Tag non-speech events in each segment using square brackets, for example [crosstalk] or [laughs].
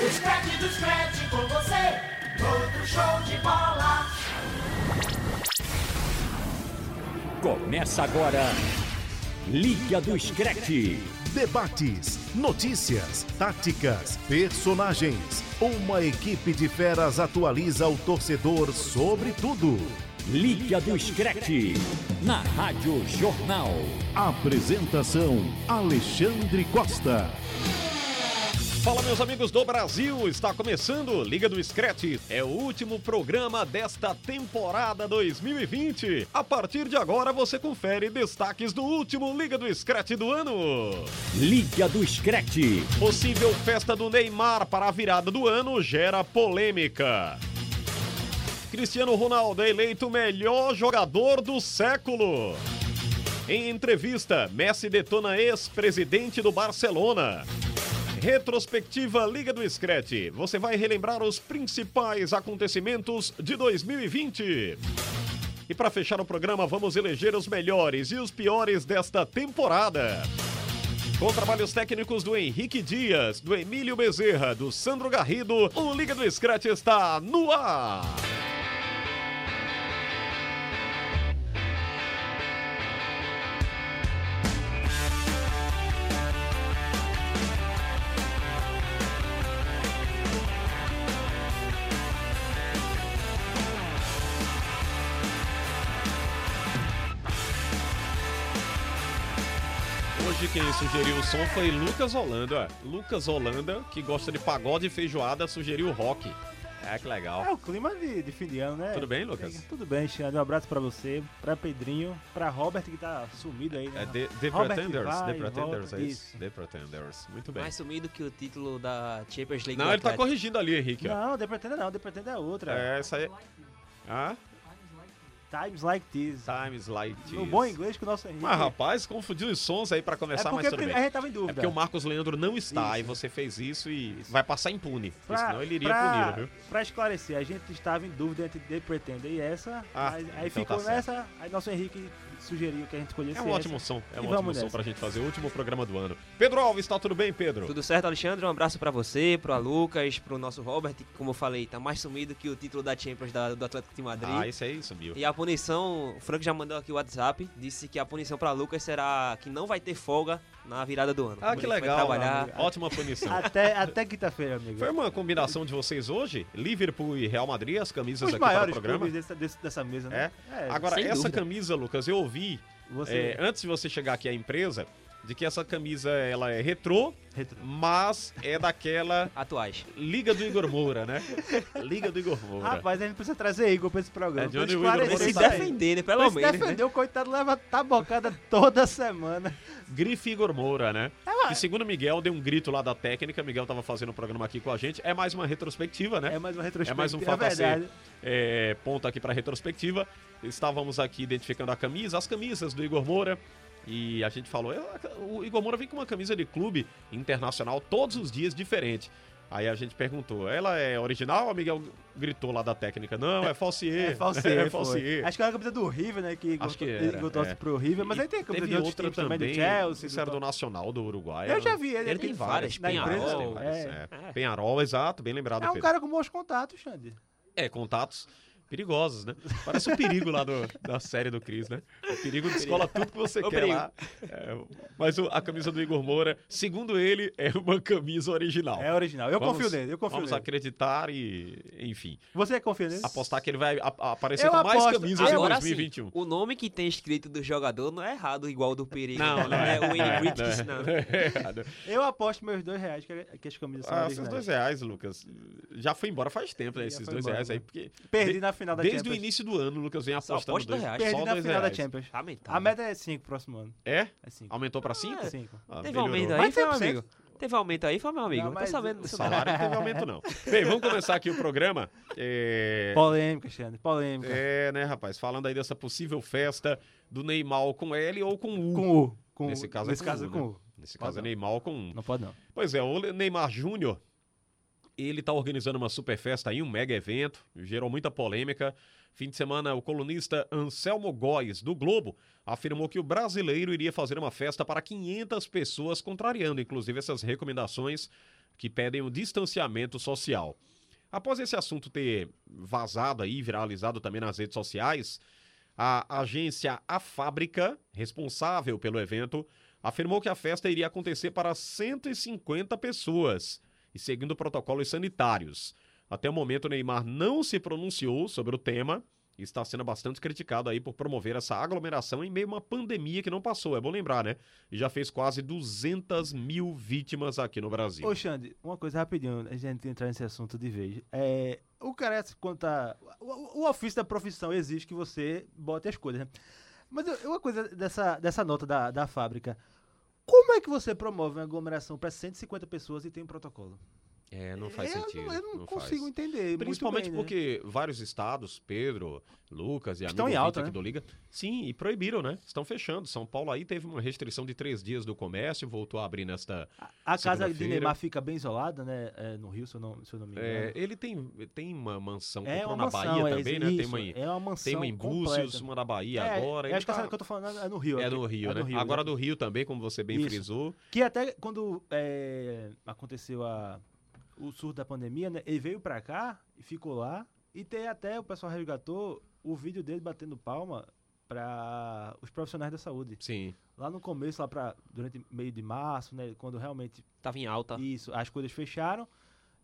O Scratch do Scratch com você, outro show de bola. Começa agora, Liga do Screte. Debates, notícias, táticas, personagens. Uma equipe de feras atualiza o torcedor sobre tudo. Liga do Screte, na Rádio Jornal. Apresentação: Alexandre Costa. Fala, meus amigos do Brasil! Está começando Liga do Scratch. É o último programa desta temporada 2020. A partir de agora, você confere destaques do último Liga do Scratch do ano. Liga do Screte, Possível festa do Neymar para a virada do ano gera polêmica. Cristiano Ronaldo é eleito melhor jogador do século. Em entrevista, Messi detona ex-presidente do Barcelona. Retrospectiva Liga do Screte. Você vai relembrar os principais acontecimentos de 2020. E para fechar o programa, vamos eleger os melhores e os piores desta temporada. Com trabalhos técnicos do Henrique Dias, do Emílio Bezerra, do Sandro Garrido, o Liga do Scratch está no ar. Hoje quem sugeriu o som foi Lucas Holanda. Lucas Holanda, que gosta de pagode e feijoada, sugeriu rock. É que É legal. o clima de, de fim de ano, né? Tudo bem, Lucas? Tudo bem, Xande. Um abraço pra você, pra Pedrinho, pra Robert, que tá sumido aí, né? É The, The Robert Pretenders, vai The e Pretenders, volta. é Isso. isso? The Pretenders, muito bem. Mais sumido que o título da Champions League. Não, do ele tá Atlético. corrigindo ali, Henrique. ó. Não, The Pretender não, The Pretender é outra. É, essa aí. Ah, Times Like This. Times Like This. No bom inglês que o nosso Henrique. Tá Mas, rapaz, confundiu os sons aí pra é começar, porque mas tudo pri- bem. a gente tava em É dúvida. porque o Marcos Leandro não está Isso. e você fez isso e vai passar impune. Porque Pra, Senão ele iria pra- punido, viu? É pra esclarecer, a gente estava em dúvida entre The Pretender e essa, Ah, mas aí então ficou tá certo. nessa, aí nosso Henrique sugeriu que a gente escolhesse É um essa. ótimo som, é E um ótimo vamos som nessa. pra gente fazer o último programa do ano. Pedro Alves, tá tudo bem, Pedro? Tudo certo, Alexandre? Um abraço pra você, pro Lucas, pro nosso Robert, que, como eu falei, tá mais sumido que o título da Champions da- do Atlético de Madrid. Ah, isso aí sumiu. E a punição, o Frank já mandou aqui o WhatsApp, disse que a punição pra Lucas será que não vai ter folga na virada do ano. Ah, Ele que vai legal. Trabalhar. mano. Ótima punição. [laughs] Até, até quinta-feira, amigo. Foi uma combinação de vocês hoje? Liverpool e Real Madrid, as camisas Os aqui para o maiores programa. clubes dessa, desse- dessa mesa, É. né? Agora, Sem essa dúvida. camisa, Lucas, eu ouvi, é, Você- antes de você chegar aqui à empresa, de que essa camisa ela é retrô, Retrô. mas é daquela Atuais. Liga do Igor Moura, né? Liga do Igor Moura. Rapaz, a gente precisa trazer Igor pra esse programa. É, pra Johnny esclarecer Wilder, Ele se isso aí. defender, né? Pelo Pra se menos. defender, né? o coitado leva tabocada toda semana. Grife Igor Moura, né? É, E segundo Miguel, deu um grito lá da técnica, Miguel tava fazendo o programa aqui com a gente. É mais uma retrospectiva, né? É mais uma É retrospectiva. mais um fato a ser verdade. é, ponto aqui para retrospectiva. Estávamos aqui identificando a camisa, as camisas do Igor Moura. E a gente falou, "Eu- o Igor Moura vem com uma camisa de clube internacional todos os dias diferente. Aí a gente perguntou, ela é original? O Miguel gritou lá da técnica, não, é falsier. É [laughs] falsier, É falsier. Acho que era a camisa do River, né? Que Igor, Acho que era, Igor torce é. pro River, mas aí tem a camisa Teve de outros outra times também, também, do Chelsea. Isso era do do... Nacional, do Uruguai. Eu era- já vi, ele, Ele tem várias, na Penharol, empresa. Tem várias, é. é. Penharol, exato, bem lembrado. É um Pedro. cara com bons contatos, Xande. É, contatos perigosos, né? Parece o perigo lá do- da série do Cris, né? O perigo descola tudo que você O quer lá. É, mas o- a camisa do Igor Moura, segundo ele, é uma camisa original. É original. Eu Vamos- confio nele, eu confio Vamos nele. acreditar e, enfim, Você confia nele? apostar que ele vai a- a- aparecer Eu com mais aposto. camisas em Agora sim, 2021. o nome que tem escrito do jogador não é errado, igual o do Perigo. Não, não é é. o Wayne Não é, Bridges, não. não [laughs] é. Eu aposto meus dois reais que, que as camisas são Ah, esses originais. dois reais, Lucas, já foi embora faz tempo, né? Já Esses foi dois embora, reais né? aí, porque Perdi de- na final da desde o Champions. início do ano, Lucas vem Só apostando aposta dois reais. só Perdi na dois final da reais. Champions. Lamentável. A meta é 5 próximo ano. É? É 5. Aumentou pra 5? Ah, 5. Ah, Teve melhorou. aumento aí, Mas foi, meu 100%. amigo? Teve aumento aí, foi, meu amigo? Não, Não, tô mas sabendo o O disso não. salário não teve aumento, [laughs] não. Bem, vamos começar aqui o programa. É... Polêmica, Xande, polêmica. é, né, rapaz? Falando aí dessa possível festa do Neymar com L ou com U. Com o. Com Nesse o. caso é Nesse com caso U, é com né? o. Nesse caso é Pode não. Neymar com U. Não pode não. Pois é, o Neymar Júnior, ele tá organizando uma super festa aí, um mega evento, gerou muita polêmica. Fim de semana, o colunista Anselmo Góes, do Globo, afirmou que o brasileiro iria fazer uma festa para 500 pessoas, contrariando inclusive essas recomendações que pedem o distanciamento social. Após esse assunto ter vazado aí, viralizado também nas redes sociais, a agência A Fábrica, responsável pelo evento, afirmou que a festa iria acontecer para 150 pessoas e seguindo protocolos sanitários. Até o momento, o Neymar não se pronunciou sobre o tema e está sendo bastante criticado aí por promover essa aglomeração em meio a uma pandemia que não passou. É bom lembrar, né? E já fez quase 200 mil vítimas aqui no Brasil. Ô, Xande, uma coisa rapidinho, a gente entrar nesse assunto de vez. É, o cara, quando tá. O, o ofício da profissão exige que você bote as coisas, né? Mas eu- uma coisa dessa, dessa nota da, da fábrica. Como é que você promove uma aglomeração para 150 pessoas e tem um protocolo? É, não faz eu, sentido. Não, eu não, faz. consigo entender. muito Principalmente bem, né? porque vários estados, Pedro, Lucas e Estão amigo em alta, Vitor aqui né? do Liga, sim, e proibiram, né? Estão fechando. São Paulo aí teve uma restrição de três dias do comércio, voltou a abrir nesta. A, a casa de Segunda-feira. Neymar fica bem isolada, né? É, no Rio, se eu não, se eu não me engano. É, ele tem, tem uma mansão, É comprou uma na mansão, Bahia é também, né? isso, Tem uma, em- é uma mansão tem uma em Búzios, completa. uma na Bahia É, agora. é, ele acho que tá- essa que eu tô falando é no Rio. É aqui. do Rio, É né? do Rio, Agora exato. do Rio também, como você bem Isso. frisou. Que até quando é, aconteceu a- o surto da pandemia, né? Ele veio pra cá e ficou lá. E tem até, o pessoal resgatou o vídeo dele batendo palma pra os profissionais da saúde. Sim. Lá no começo, lá pra, durante meio de março, né? Quando realmente Tava em Tá. alta. isso, as coisas fecharam.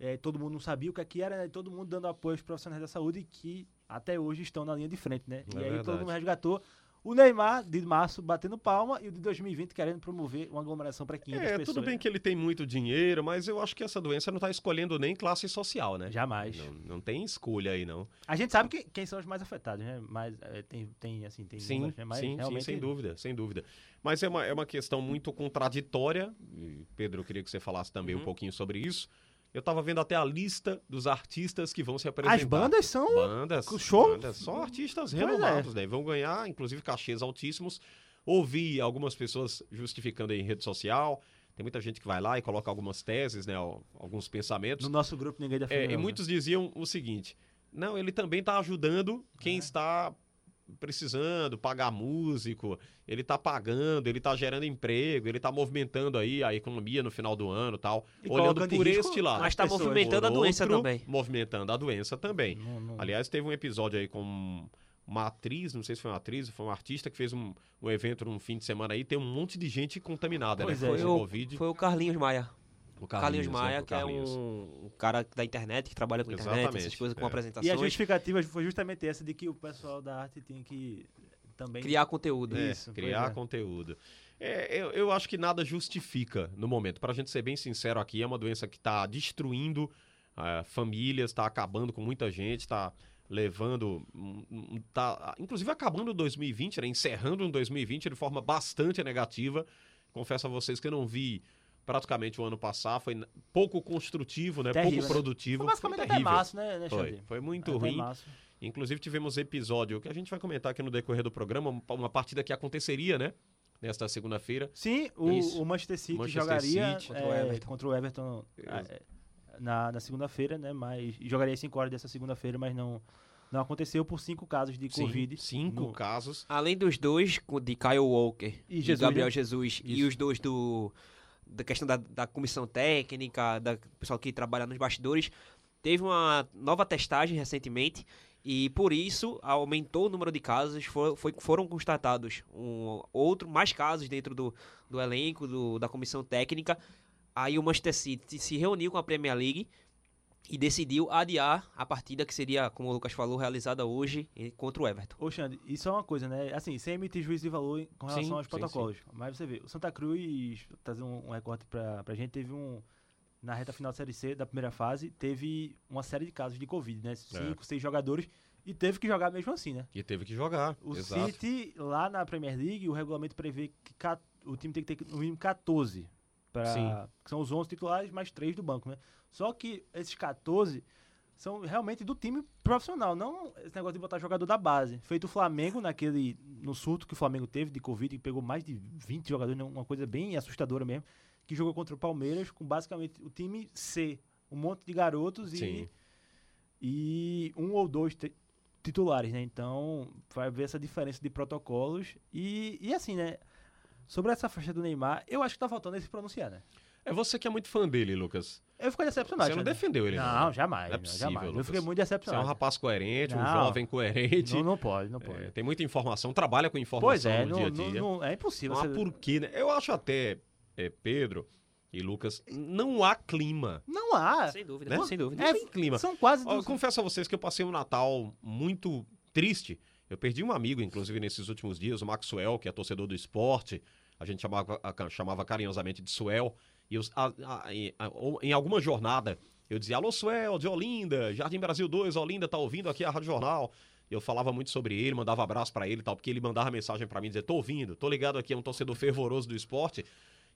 é, todo mundo não sabia o que, é que era, né? Todo mundo dando apoio aos profissionais da saúde que até hoje estão na linha de frente, né? e aí todo É verdade. mundo resgatou. O Neymar, de março, batendo palma, e o de 2020 querendo promover uma aglomeração para 500 É, pessoas. tudo bem que ele tem muito dinheiro, mas eu acho que essa doença não tá escolhendo nem classe social, né? Jamais. Não, não tem escolha aí, não. A gente sabe que- quem são os mais afetados, né? Mas é, tem, tem, assim, tem Sim, números, né? Mas sim, sim, realmente sem dúvida, sem dúvida. Mas é uma, é uma questão muito contraditória. e, Pedro, eu queria que você falasse também Uhum. um pouquinho sobre isso. Eu estava vendo até a lista dos artistas que vão se apresentar. As bandas são... Bandas, com show? bandas, só artistas Pois é. renomados, né? Vão ganhar, inclusive, cachês altíssimos. Ouvi algumas pessoas justificando em rede social. Tem muita gente que vai lá e coloca algumas teses, né? al- Alguns pensamentos. No nosso grupo ninguém Tá da É, família, e não, né? muitos diziam o seguinte: não, ele também está ajudando É. quem está precisando pagar músico, ele está pagando, ele está gerando emprego, ele está movimentando aí a economia no final do ano e tal. E olhando colocando em por risco este lado. Mas tá as pessoas. movimentando a Por doença outro, também. Movimentando a doença também. Não, não- Aliás, teve um episódio aí com uma atriz, não sei se foi uma atriz, foi um artista que fez um, um evento num fim de semana aí, tem um monte de gente contaminada, Pois né? é, Foi Foi o o, Covid. foi o Carlinhos Maia. o Carlinhos, né? Maia, O que é Carlinhos. um, um cara da internet, que trabalha com internet, essas Exatamente, coisas com é. E a apresentações. justificativa foi justamente essa de que o pessoal da arte tinha que também... Criar conteúdo. É, Isso, pois criar é. conteúdo. É, eu, eu acho que nada justifica no momento. Pra gente ser bem sincero aqui, é uma doença que tá destruindo ah, famílias, tá acabando com muita gente, tá levando. hum, hum, tá, inclusive acabando 2020, né? Encerrando um 2020 de forma bastante negativa. Confesso a vocês que eu não vi praticamente o ano passar, foi n- pouco construtivo, né? Terrível, pouco né? produtivo. Foi basicamente foi até terrível. março, né, né Foi, Xande? foi muito Até ruim. março. Inclusive tivemos episódio que a gente vai comentar aqui no decorrer do programa, um- uma partida que aconteceria, né? Nesta segunda-feira. Sim, o, Isso. o Manchester City Manchester jogaria City contra o eh, Everton. contra o Everton, eh, na, na segunda-feira, né? Mas e jogaria às 5 horas dessa segunda-feira, mas não, não aconteceu por cinco casos de Sim, Covid. Cinco no- casos. Além dos dois, com- de Kyle Walker E e, Jesus, Gabriel né? Jesus, e Isso. os dois do da questão da, da comissão técnica, da do pessoal que trabalha nos bastidores, teve uma nova testagem recentemente e por isso aumentou o número de casos, fo- foi- foram constatados um, outro mais casos dentro do, do elenco, do- da comissão técnica. Aí o Manchester City se reuniu com a Premier League e decidiu adiar a partida que seria, como o Lucas falou, realizada hoje eh, contra o Everton. Ô, Xande, isso é uma coisa, né? Assim, sem emitir juízo de valor em- com relação Sim, aos sim, protocolos. Mas você vê, o Santa Cruz, trazer um, um recorte pra, pra gente, teve um. Na reta final da Série C, da primeira fase, teve uma série de casos de Covid, né? Cinco, seis jogadores. E teve que jogar mesmo assim, né? E teve que jogar. O Exato. City, lá na Premier League, o regulamento prevê que ca- o time tem que ter no mínimo 14. pra- Sim. que são os 11 titulares mais 3 do banco, né? Só que esses 14 são realmente do time profissional, não esse negócio de botar jogador da base. Feito o Flamengo naquele no surto que o Flamengo teve de Covid, que pegou mais de 20 jogadores, né? uma coisa bem assustadora mesmo, que jogou contra o Palmeiras com basicamente o time C, um monte de garotos Sim. e e um ou dois ti- titulares, né? Então vai ver essa diferença de protocolos e, e assim, né? Sobre essa faixa do Neymar, eu acho que tá faltando ele se pronunciar, né? É você que é muito fã dele, Lucas. Eu fiquei decepcionado. você é não Xander. defendeu ele, não. Não, né? jamais. Não é não, possível, jamais. Eu Lucas. fiquei muito Você é um decepcionado. rapaz coerente, um Não. jovem coerente. Não, não pode, não pode. É, tem muita informação, trabalha com informação tipo, pois é, no não, dia a não- dia. não- é impossível. Não há você- porquê, né? Eu acho até, é, Pedro e Lucas, não há clima. Não há. Sem dúvida, Né? sem dúvida. Não É, tem clima. São quase. Ó, Eu duas- confesso a vocês que eu passei um Natal muito triste. Eu perdi um amigo, inclusive, nesses últimos dias, o Maxwell, que é torcedor do esporte. A gente chamava, a- chamava carinhosamente de Suel. E eu, a- a- em- a- ou- em alguma jornada, eu dizia, alô, Suel, de Olinda, Jardim Brasil 2, Olinda, tá ouvindo aqui a Rádio Jornal. Eu falava muito sobre ele, mandava abraço pra ele e tal, porque ele mandava mensagem pra mim, dizia, tô ouvindo, tô ligado aqui, é um torcedor fervoroso do esporte.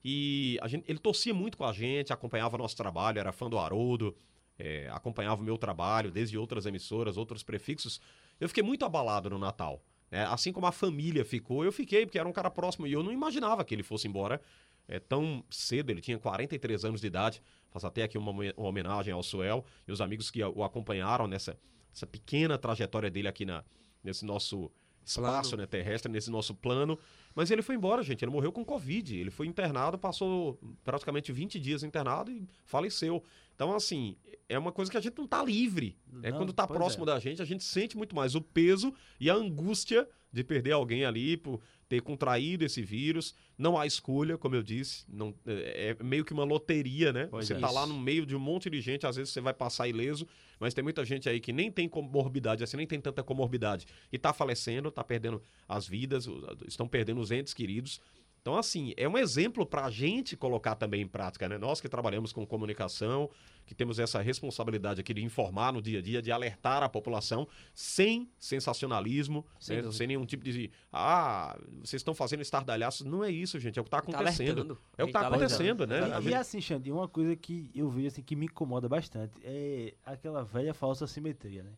E a gente- ele torcia muito com a gente, acompanhava nosso trabalho, era fã do Haroldo, é, acompanhava o meu trabalho desde outras emissoras, outros prefixos. Eu fiquei muito abalado no Natal. né? Assim como a família ficou, eu fiquei, porque era um cara próximo e eu não imaginava que ele fosse embora é, tão cedo. Ele tinha 43 anos de idade. Faço até aqui uma, homen- uma homenagem ao Suel e os amigos que a- o acompanharam nessa essa pequena trajetória dele aqui na, nesse nosso espaço Plano. né, terrestre, nesse nosso plano. Mas ele foi embora, gente. Ele morreu com Covid. Ele foi internado, passou praticamente 20 dias internado e faleceu. Então, assim, é uma coisa que a gente não tá livre. É Não, quando tá pois próximo da gente, a gente sente muito mais o peso e a angústia de perder alguém ali por ter contraído esse vírus. Não há escolha, como eu disse. Não, é é meio que uma loteria, né? Pois você é. tá lá Isso. no meio de um monte de gente, às vezes você vai passar ileso, mas tem muita gente aí que nem tem comorbidade, assim, nem tem tanta comorbidade. E tá falecendo, tá perdendo as vidas, o- estão perdendo os entes queridos. Então, assim, é um exemplo pra gente colocar também em prática, né? Nós que trabalhamos com comunicação, que temos essa responsabilidade aqui de informar no dia a dia, de alertar a população sem sensacionalismo, né? Sem sem, dúvida. nenhum tipo de. Ah, vocês estão fazendo estardalhaços. Não é isso, gente. É o que está Tá acontecendo. alertando. é o Ele que está tá alertando. acontecendo, né? A E, e gente- assim, Xande, uma coisa que eu vejo assim, que me incomoda bastante é aquela velha falsa simetria, né?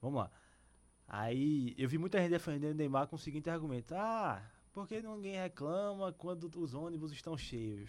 Vamos lá. Aí eu vi muita gente defendendo o Neymar com o seguinte argumento: Ah, por que ninguém reclama quando os ônibus estão cheios?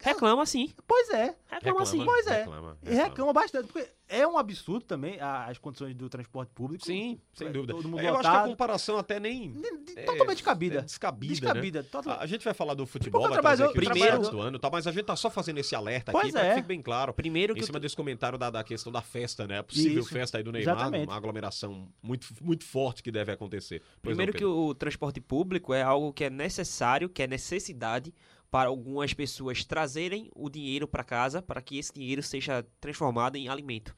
Reclama sim. Pois é, Reclama, sim. Pois é. Reclama, e reclama bastante, porque é um absurdo também a- as condições do transporte público. Sim, sem É, dúvida. todo mundo Eu acho que a lotado. comparação até nem. De- de- é, totalmente é cabida. descabida, né? Descabida. total- A a gente vai falar do futebol, Porque vai o trazer aqui trabalhador- os primeiro- destaques do ano, e tal, mas a gente tá só fazendo esse alerta aqui Pois para que é. fique bem claro. Primeiro Em que o cima desse comentário da, da questão da festa, né? A possível Isso, festa aí do Neymar, exatamente. uma aglomeração muito, muito forte que deve acontecer. Pois é, não, Primeiro que Pedro? o transporte público é algo que é necessário, que é necessidade para algumas pessoas trazerem o dinheiro para casa, para que esse dinheiro seja transformado em alimento.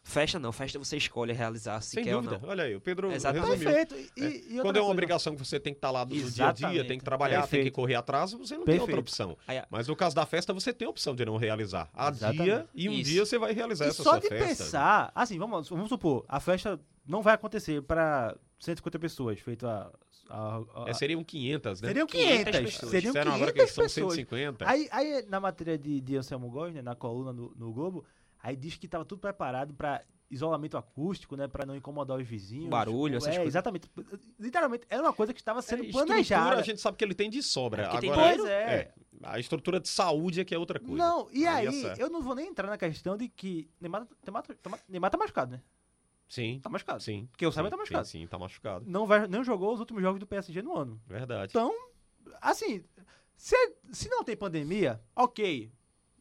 Festa não, festa você escolhe realizar se Sem quer dúvida. ou não. Olha aí, o Pedro Exatamente. resumiu. Perfeito. E, e outra Quando é uma coisa, obrigação que você tem que estar lá do dia a dia, Exatamente. tem que trabalhar, tem que Perfeito. correr atrás, você não tem outra Perfeito. opção. Aí a- Mas no caso da festa, você tem a opção de não realizar. Há Exatamente. dia e um Isso. dia você vai realizar E essa só sua de festa. pensar, assim, vamos, vamos supor, a festa não vai acontecer para 150 pessoas, feito a... a- a- É, seriam 500, né? seriam 500, 500 pessoas. seriam Disseram 500 agora que eles são pessoas. 150. Aí, aí, na matéria de, de Anselmo Góes, né, na coluna no, no Globo, aí diz que estava tudo preparado para isolamento acústico, né, para não incomodar os vizinhos. Barulho, é, essas coisas. exatamente. Literalmente, era uma coisa que estava sendo É, estrutura planejada. a gente sabe que ele tem de sobra. É, porque tem agora, Pois é. é, a estrutura de saúde é que é outra coisa. Não, e Aí é aí, essa- eu não vou nem entrar na questão de que Neymar, Neymar, Neymar tá machucado, né? Sim, Tá machucado. sim. Porque eu saiba, sim, tá machucado. Sim, sim, tá machucado. Não, vai, não jogou os últimos jogos do PSG no ano. Verdade. Então, assim, se, se não tem pandemia, ok.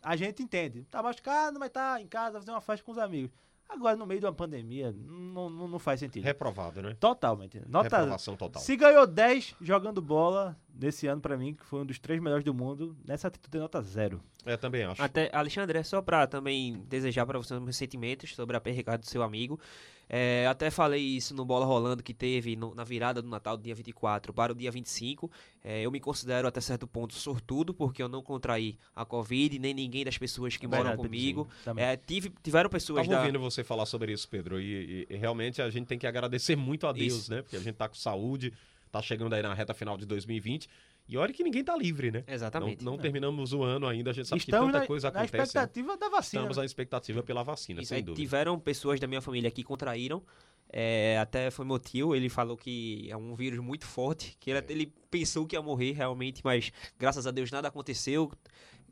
A gente entende. Tá machucado, mas tá em casa, fazer uma festa com os amigos. Agora, no meio de uma pandemia, não, não, não faz sentido. Reprovado, né? Totalmente. Nota. Reprovação total. Se ganhou 10 jogando bola nesse ano pra mim, que foi um dos três melhores do mundo, nessa atitude é nota zero. É, também acho. Até, Alexandre, é só para também desejar para você os meus sentimentos sobre a perca do seu amigo. É, até falei isso no Bola Rolando que teve no- na virada do Natal do dia 24 para o dia 25. É, eu me considero até certo ponto sortudo, porque eu não contraí a Covid, nem ninguém das pessoas que moram Verdade, comigo. Pedrozinho, também. É, tive, tiveram pessoas Estava da... ouvindo você falar sobre isso, Pedro, e, e- e realmente a gente tem que agradecer muito a Deus, Isso. né? Porque a gente tá com saúde, tá chegando aí na reta final de 2020, e olha que ninguém tá livre, né? Exatamente. Não, não terminamos o ano ainda, a gente sabe É. Estamos que tanta na, coisa na acontece. né? expectativa da vacina. Estamos na expectativa pela vacina, Isso, sem é aí dúvida. tiveram pessoas da minha família que contraíram. é, até foi meu tio, ele falou que é um vírus muito forte, que ele, É. ele pensou que ia morrer realmente, mas graças a Deus nada aconteceu.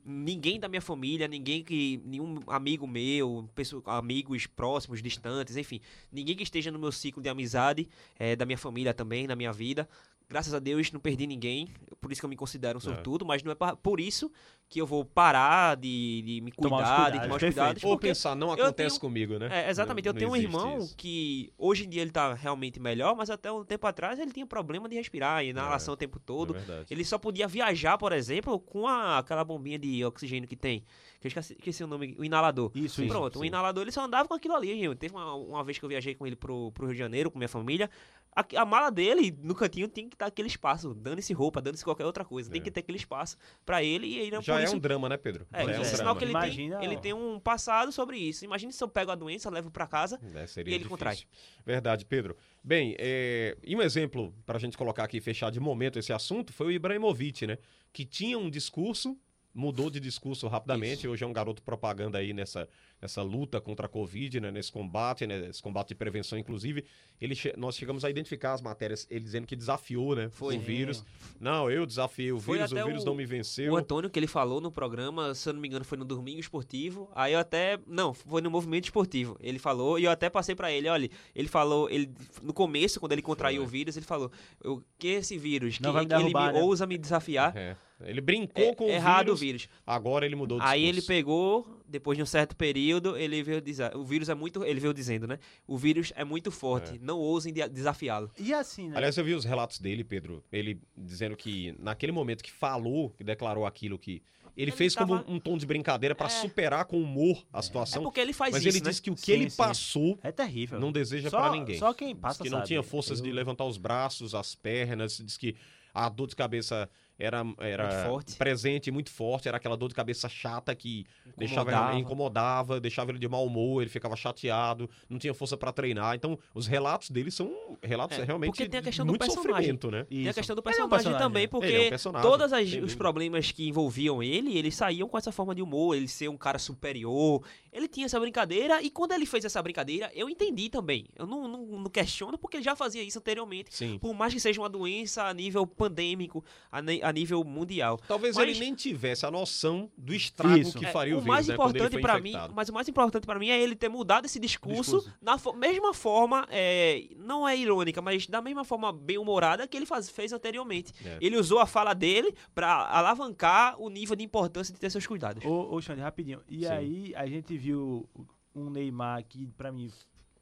Ninguém da minha família, ninguém que. nenhum amigo meu, pessoa- amigos próximos, distantes, enfim. Ninguém que esteja no meu ciclo de amizade, é, da minha família também, na minha vida, Graças a Deus não perdi ninguém, por isso que eu me considero um sortudo, mas não é pa- por isso que eu vou parar de, de me Tomar os cuidar, de cuidados, tomar os perfeito. cuidados. Ou porque- pensar, não eu acontece tenho- comigo, né? É, exatamente. Não- eu tenho não um existe irmão isso. que hoje em dia ele tá realmente melhor, mas até um tempo atrás ele tinha problema de respirar, inalação o tempo todo. É verdade. ele só podia viajar, por exemplo, com a- aquela bombinha de oxigênio que tem. Que eu esqueci, esqueci o nome, o inalador. Isso, Sim, isso. Pronto, o inalador ele só andava com aquilo ali, gente. Teve uma, uma vez que eu viajei com ele pro, pro Rio de Janeiro, com minha família. A, a mala dele, no cantinho, tem que estar aquele espaço. Dando-se roupa, dando-se qualquer outra coisa. Tem que ter aquele espaço pra ele e ele É. Já por é isso, um drama, né, Pedro? é, Já isso um é drama. sinal que ele, Imagina- tem, ele tem um passado sobre isso. Imagina se eu pego a doença, levo pra casa. É, seria E ele contrai. Verdade, Pedro. Bem, é, e um exemplo para a gente colocar aqui e fechar de momento esse assunto foi o Ibrahimovic, né? Que tinha um discurso, mudou de discurso rapidamente. Hoje é um garoto propaganda aí nessa, nessa luta contra a Covid, né? nesse combate, né? nesse combate de prevenção, inclusive. Ele, che- nós chegamos a identificar as matérias, ele dizendo que desafiou, né? Foi. É. O vírus. Não, eu desafiei o Foi vírus, até o vírus o- não me venceu. O Antônio, que ele falou no programa, se eu não me engano, foi no Domingo Esportivo. Aí eu até. Não, foi no Movimento Esportivo. Ele falou, e eu até passei pra ele, olha, ele falou, ele no começo, quando ele contraiu o vírus, ele falou: o que esse vírus? Não que, vai me que ele derrubar, né?" ousa me desafiar. É. Ele brincou É, com o errado vírus, o vírus. Agora ele mudou de Aí ele pegou, depois de um certo período, ele veio dizer, o vírus é muito, ele veio dizendo, né? O vírus é muito forte, não ousem de- desafiá-lo. E assim, É. né? Aliás, eu vi os relatos dele, Pedro. Ele dizendo que naquele momento que falou, que declarou aquilo que. Ele, Ele fez tava- como um tom de brincadeira pra É. superar com humor a É situação. porque ele faz mas isso, ele né? disse que o que Sim, ele sim. passou É terrível. não deseja Só- pra ninguém. Só quem Diz passa que não sabe. tinha forças de Eu- levantar os braços, as pernas. Diz que a dor de cabeça era, era Muito forte. presente, muito forte. Era aquela dor de cabeça chata que deixava Incomodava. ele, incomodava, deixava ele de mau humor, ele ficava chateado, não tinha força pra treinar. Então, os relatos dele são relatos É, realmente porque tem a de questão do muito personagem. sofrimento, né? Tem a Isso. questão do Ele é personagem, um personagem, também, né? porque Ele é um personagem, todos as- sem os dúvida. problemas que envolviam ele, eles saíam com essa forma de humor, ele ser um cara superior. Ele tinha essa brincadeira, e quando ele fez essa brincadeira, eu entendi também. Eu não, não, não questiono, porque ele já fazia isso anteriormente. Sim. Por mais que seja uma doença a nível pandêmico, a, ne- a nível mundial. Talvez Mas- ele nem tivesse a noção do estrago Isso. que É, faria o, o vírus, mais né, quando ele importante foi pra mim, infectado. mas o mais importante para mim é ele ter mudado esse discurso, Discurso. na fo- mesma forma, é, não é irônica, mas da mesma forma bem humorada que ele faz- fez anteriormente. É. Ele usou a fala dele pra alavancar o nível de importância de ter seus cuidados. Ô, ô Xande, rapidinho. E aí a gente viu um Neymar que, pra mim,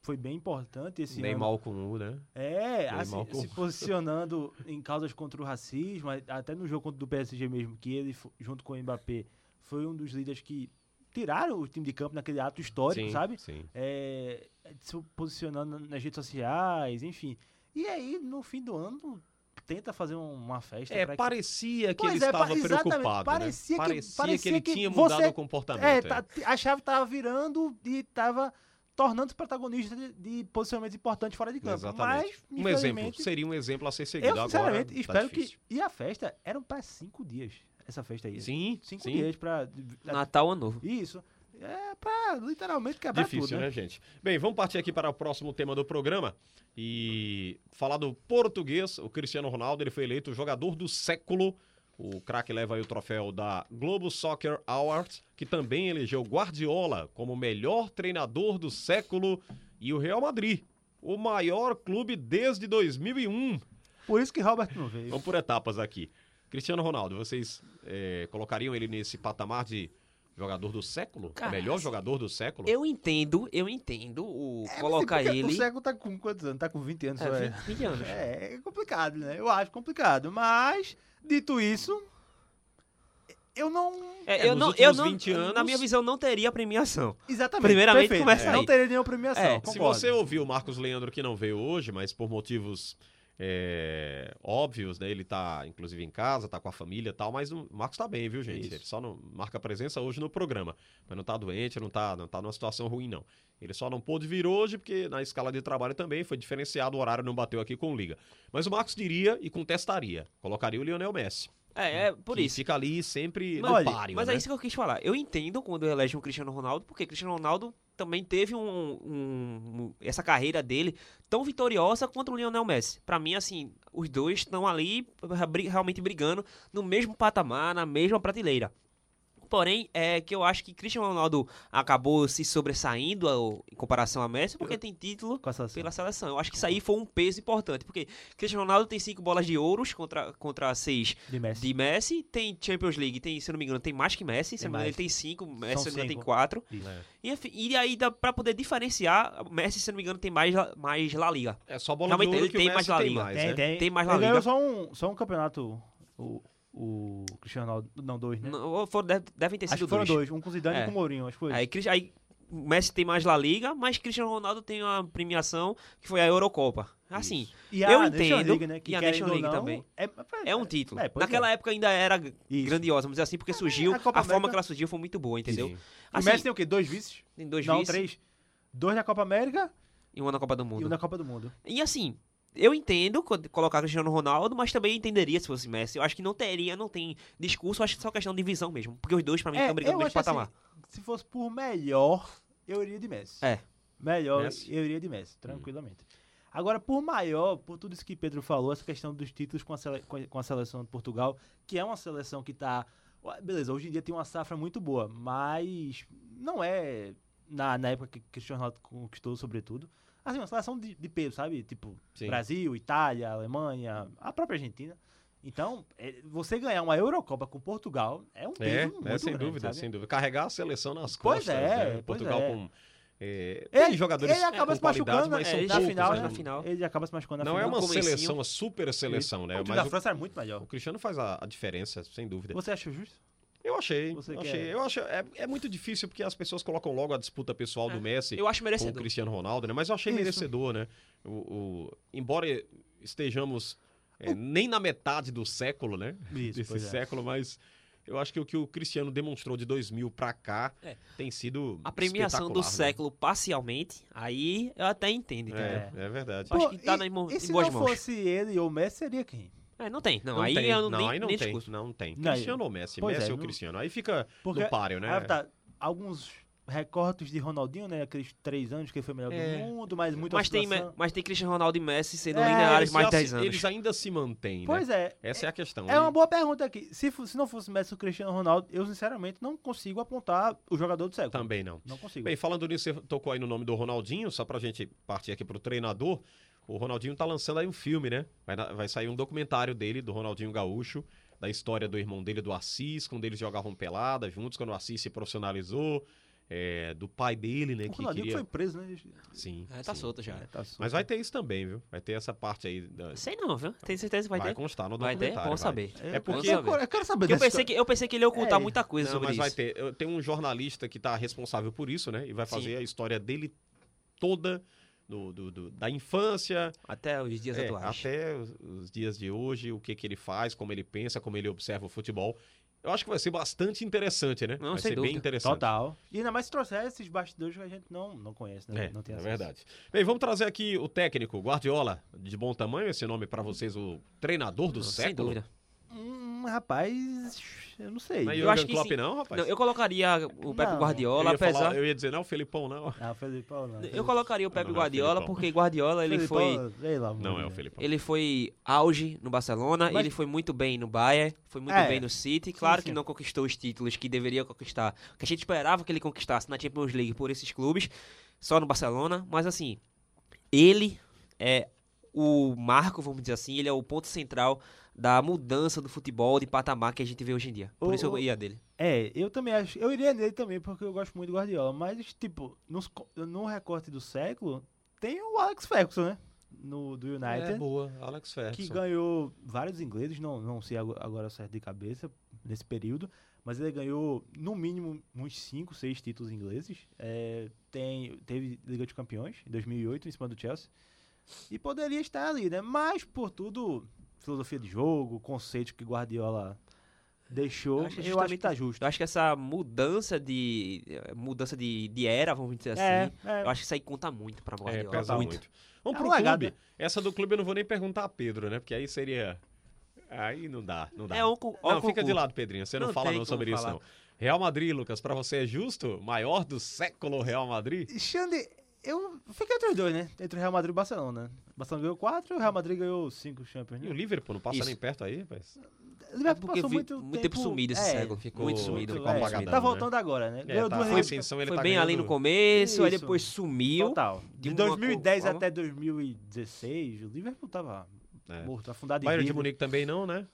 foi bem importante esse ano. Neymar com o U, né? É, Neymar assim, com- se posicionando em causas contra o racismo, a- até no jogo contra do PSG mesmo, que ele, fo- junto com o Mbappé, foi um dos líderes que tiraram o time de campo naquele ato histórico, sim, sabe? Sim. É, se posicionando nas redes sociais, enfim. E aí, no fim do ano, tenta fazer um, uma festa É, pra que- parecia que Pois ele é, estava pa- exatamente, preocupado, parecia né? que- parecia parecia ele que tinha você- mudado o comportamento. É, é. tá- a chave tava virando e tava tornando-se protagonista de, de posicionamentos importantes fora de campo. Exatamente. tá, Mas, um exemplo, infelizmente, seria um exemplo a ser seguido eu agora. sinceramente tá espero que... difícil. E a festa eram para cinco dias, essa festa aí. Sim, Cinco sim. dias pra... Natal ano novo. Isso. É pra literalmente quebrar Difícil, tudo, né? gente? Bem, vamos partir aqui para o próximo tema do programa e falar do português. O Cristiano Ronaldo ele foi eleito jogador do século. O craque leva aí o troféu da Globo Soccer Awards, que também elegeu Guardiola como melhor treinador do século e o Real Madrid, o maior clube desde 2001. Por isso que Robert não veio. Vamos por etapas aqui. Cristiano Ronaldo, vocês eh, colocariam ele nesse patamar de jogador do século? Cara, melhor assim, jogador do século? Eu entendo, eu entendo o É, colocar porque O ele. século tá com quantos anos? Tá com 20 anos, É, só é. 20 20 anos. É, é complicado, né? Eu acho complicado. Mas, dito isso, eu não. É, É, eu nos não, últimos eu não, 20 na anos- minha visão, não teria premiação. Exatamente. Primeiramente, perfeito. começa Não aí. teria nenhuma premiação. É, se Se concordo. você ouviu o Marcos Leandro que não veio hoje, mas por motivos é, óbvios, né? Ele tá, inclusive, em casa, tá com a família e tal, mas o Marcos tá bem, viu, gente? Isso. Ele só não marca presença hoje no programa. Mas não tá doente, não tá, não tá numa situação ruim, não. Ele só não pôde vir hoje, porque na escala de trabalho também foi diferenciado, o horário não bateu aqui com liga. Mas o Marcos diria e contestaria. Colocaria o Lionel Messi. É, é por que isso. Fica ali sempre Mas, no olha, páreo, Mas né? é isso que eu quis falar. Eu entendo quando elege um Cristiano Ronaldo, porque Cristiano Ronaldo também teve um, um- essa carreira dele tão vitoriosa quanto o Lionel Messi. Pra mim, assim, os dois estão ali bri- realmente brigando no mesmo patamar, na mesma prateleira. porém, é que eu acho que Cristiano Ronaldo acabou se sobressaindo ao- em comparação a Messi porque tem título Com a seleção. pela seleção. Eu acho que isso aí foi um peso importante, porque Cristiano Ronaldo tem cinco bolas de ouros contra, contra seis De Messi. de Messi, tem Champions League, tem, se eu não me engano, tem mais que Messi, se Tem eu não me engano, mais. ele tem cinco, Messi, se eu não me engano, tem cinco. quatro. Isso. E, enfim, e aí, dá pra poder diferenciar, Messi, se eu não me engano, tem mais, La- mais La Liga. É só bola Realmente, de ouro ele que tem o mais Messi La tem Liga. mais, Tem, né? tem. É, Tem mais La Ele ganhou Liga. só um, só um campeonato, o, o Cristiano Ronaldo. Não, dois, né? Não, ou foram- deve- devem ter acho sido que foram dois. dois. Um com Zidane É. e um com Mourinho, acho que foi. Aí, Cris- aí Messi tem mais La Liga, mas Cristiano Ronaldo tem uma premiação que foi a Eurocopa. Assim, E eu Nations entendo, League, né, que e a querendo Nations ou League não, também. É, é um título. É, pois Naquela época ainda era g- Isso. É, grandiosa, vamos dizer assim, porque surgiu, a a, Copa forma América- que ela surgiu foi muito boa, entendeu? Sim. O Assim, Messi tem o quê? Dois vices? tem dois não, vices três. Dois na Copa América e uma na Copa do e um Mundo. na Copa do Mundo. E assim, eu entendo co- colocar Cristiano Ronaldo, mas também entenderia se fosse Messi. Eu acho que não teria, não tem discurso, eu acho que é só questão de visão mesmo, porque os dois pra mim É, estão brigando eu no acho mesmo assim, patamar. se fosse por melhor, eu iria de Messi. É. Hum. Melhor, Messi? eu iria de Messi, tranquilamente. Agora, por maior, por tudo isso que Pedro falou, essa questão dos títulos com a, sele- com a- com a seleção de Portugal, que é uma seleção que tá. Ué, Beleza, hoje em dia tem uma safra muito boa, mas não é na, na época que Cristiano Ronaldo conquistou, sobretudo. Assim, uma seleção de, de peso, sabe? Tipo, Sim. Brasil, Itália, Alemanha, a própria Argentina. Então, é, você ganhar uma Eurocopa com Portugal é um peso É, muito é, sem grande, dúvida, sabe? sem dúvida. Carregar a seleção nas Pois costas. é, né? pois Portugal é. com. é, Ele- tem jogadores ele acaba com se qualidades, machucando mas é, são na poucos, final, né? né? na final. Ele acaba se machucando na Não é final. uma No comecinho. seleção, uma super seleção, né? O time Mas da o, França é muito melhor. o Cristiano faz a, a diferença, sem dúvida. Você achou justo? Eu achei, Você eu quer- achei. Eu acho, é, é muito difícil porque as pessoas colocam logo a disputa pessoal Ah, do Messi Eu acho com o merecedor. Cristiano Ronaldo, né? Mas eu achei Isso. merecedor, né? O, o- embora estejamos é, nem na metade do século, né? Isso, Desse pois é. século, mas eu acho que o que o Cristiano demonstrou de 2000 pra cá É. tem sido A premiação do espetacular, né? século parcialmente, aí eu até entendo, entendeu? É, é verdade. Pô, acho que tá e, nas mãos- e em se boas não mãos. fosse ele ou o Messi, seria quem? É, não tem. Não, aí tem. eu não, nem, aí não nem tem. discuto. Não tem. Não, Cristiano ou Messi? pois Messi é, ou não- Cristiano? Aí fica Porque- no páreo, né? Ah, tá. Alguns recortes de Ronaldinho, né? Aqueles três anos que ele foi melhor É. do mundo, mas muito Mas tem, Me- oscilação. mas tem Cristiano Ronaldo e Messi sendo É, lineares Eles mais já 10 se- anos. assim, Eles ainda se mantêm, Pois né? é. Essa é a questão. É uma boa pergunta aqui. Se, fo- se não fosse o Messi ou o Cristiano Ronaldo, eu sinceramente não consigo apontar o jogador do século. Também não. Não consigo. Bem, falando nisso, você tocou aí no nome do Ronaldinho, só pra gente partir aqui pro treinador. O Ronaldinho tá lançando aí um filme, né? Vai, na- vai sair um documentário dele, do Ronaldinho Gaúcho, da história do irmão dele, do Assis, quando eles jogavam pelada juntos, quando o Assis se profissionalizou, é, do pai dele, né? o que Ronaldinho queria- foi preso, né? Sim. É, tá sim. solto já. Tá Mas vai ter isso também, viu? Vai ter essa parte aí. da- Sei não, viu? Tenho certeza que vai, Vai, ter. constar no Vai ter? documentário. Bom saber. É Eu, porque- quero- eu quero saber Porque eu dessa pensei, que, eu pensei que ele ia ocultar É. muita coisa Não, sobre mas isso. vai ter. Eu- Tem um jornalista que tá responsável por isso, né? E vai fazer a história dele toda, do- do- do- da infância, Até os dias É, atuais. Até os, os dias de hoje, o que, que ele faz, como ele pensa, como ele observa o futebol. Eu acho que vai ser bastante interessante, né? Não, vai sem ser bem dúvida. interessante. Total. E ainda mais se trouxer esses bastidores que a gente não, não conhece, né? É, não tem é acesso. verdade. Bem, vamos trazer aqui o técnico, Guardiola, de bom tamanho, esse nome pra vocês, o treinador do Não, Sem século. dúvida. Hum, rapaz, eu não sei. Não é Eu Jürgen acho que Klopp, sim. não, rapaz. Não, eu colocaria o Pepe Não, Eu Guardiola, ia falar- apesar... eu ia dizer, não, Felipão não. Ah, o Felipão não. Eu colocaria o Pepe Não, é o Guardiola, Felipão. porque Guardiola, ele Felipão, foi... sei lá, né? Não é o Hum. mano. Felipão. Ele foi auge no Barcelona, Mas- ele foi muito bem no Bayern, foi muito É. bem no City. Claro sim. que não conquistou os títulos que deveria conquistar, que a gente esperava que ele conquistasse na Champions League por esses clubes, só no Barcelona. Mas assim, ele é o marco, vamos dizer assim, ele é o ponto central da mudança do futebol de patamar que a gente vê hoje em dia. Por Ô, isso ô, eu ia dele. É, eu também acho. Eu iria nele também, porque eu gosto muito do Guardiola. Mas, tipo, nos, co- no recorte do século, tem o Alex Ferguson, né? No, É, do né? United. boa, Alex Ferguson. que ganhou vários ingleses, não, não sei ago- agora certo de cabeça, nesse período, mas ele ganhou no mínimo uns 5, 6 títulos ingleses. É, tem, teve Liga de Campeões em 2008, em cima do Chelsea, e poderia estar ali, né? Mas, por tudo, filosofia de jogo, conceito que Guardiola deixou, eu acho, que justamente- tá justo. Eu Então, acho que essa mudança de eh, mudança de, de era, vamos dizer É, assim, é. eu acho que isso aí conta muito pra É, Guardiola. Tá pesa Total. muito. Vamos É um pro legado, clube. né? Essa do clube eu não vou nem perguntar a Pedro, né? Porque aí seria. Aí não dá, não dá. É um cu- não, um fica cu- de lado, Pedrinho. Você não, Não fala tem não como sobre isso, falar. não. Real Madrid, Lucas, pra você é justo? Maior do século Real Madrid? é. Xande, eu fiquei entre os dois, né? Entre o Real Madrid e o Barcelona. O Barcelona ganhou 4 e o Real Madrid ganhou 5 Champions. E né? o Liverpool não passa Isso. nem perto aí, rapaz. Liverpool porque É, passou vi- muito, é, muito tempo sumido esse século, ficou muito sumido, ficou é. apagado. Tá né? voltando agora, né? É, Ganhou tá, duas foi vezes- ascensão, ele Foi tá bem ali ganhando- no começo, aí Isso. depois sumiu. Total. de De, uma 2010 forma. até 2016, o Liverpool tava É. morto, afundado em Bayern de dívida. Munique também não, né?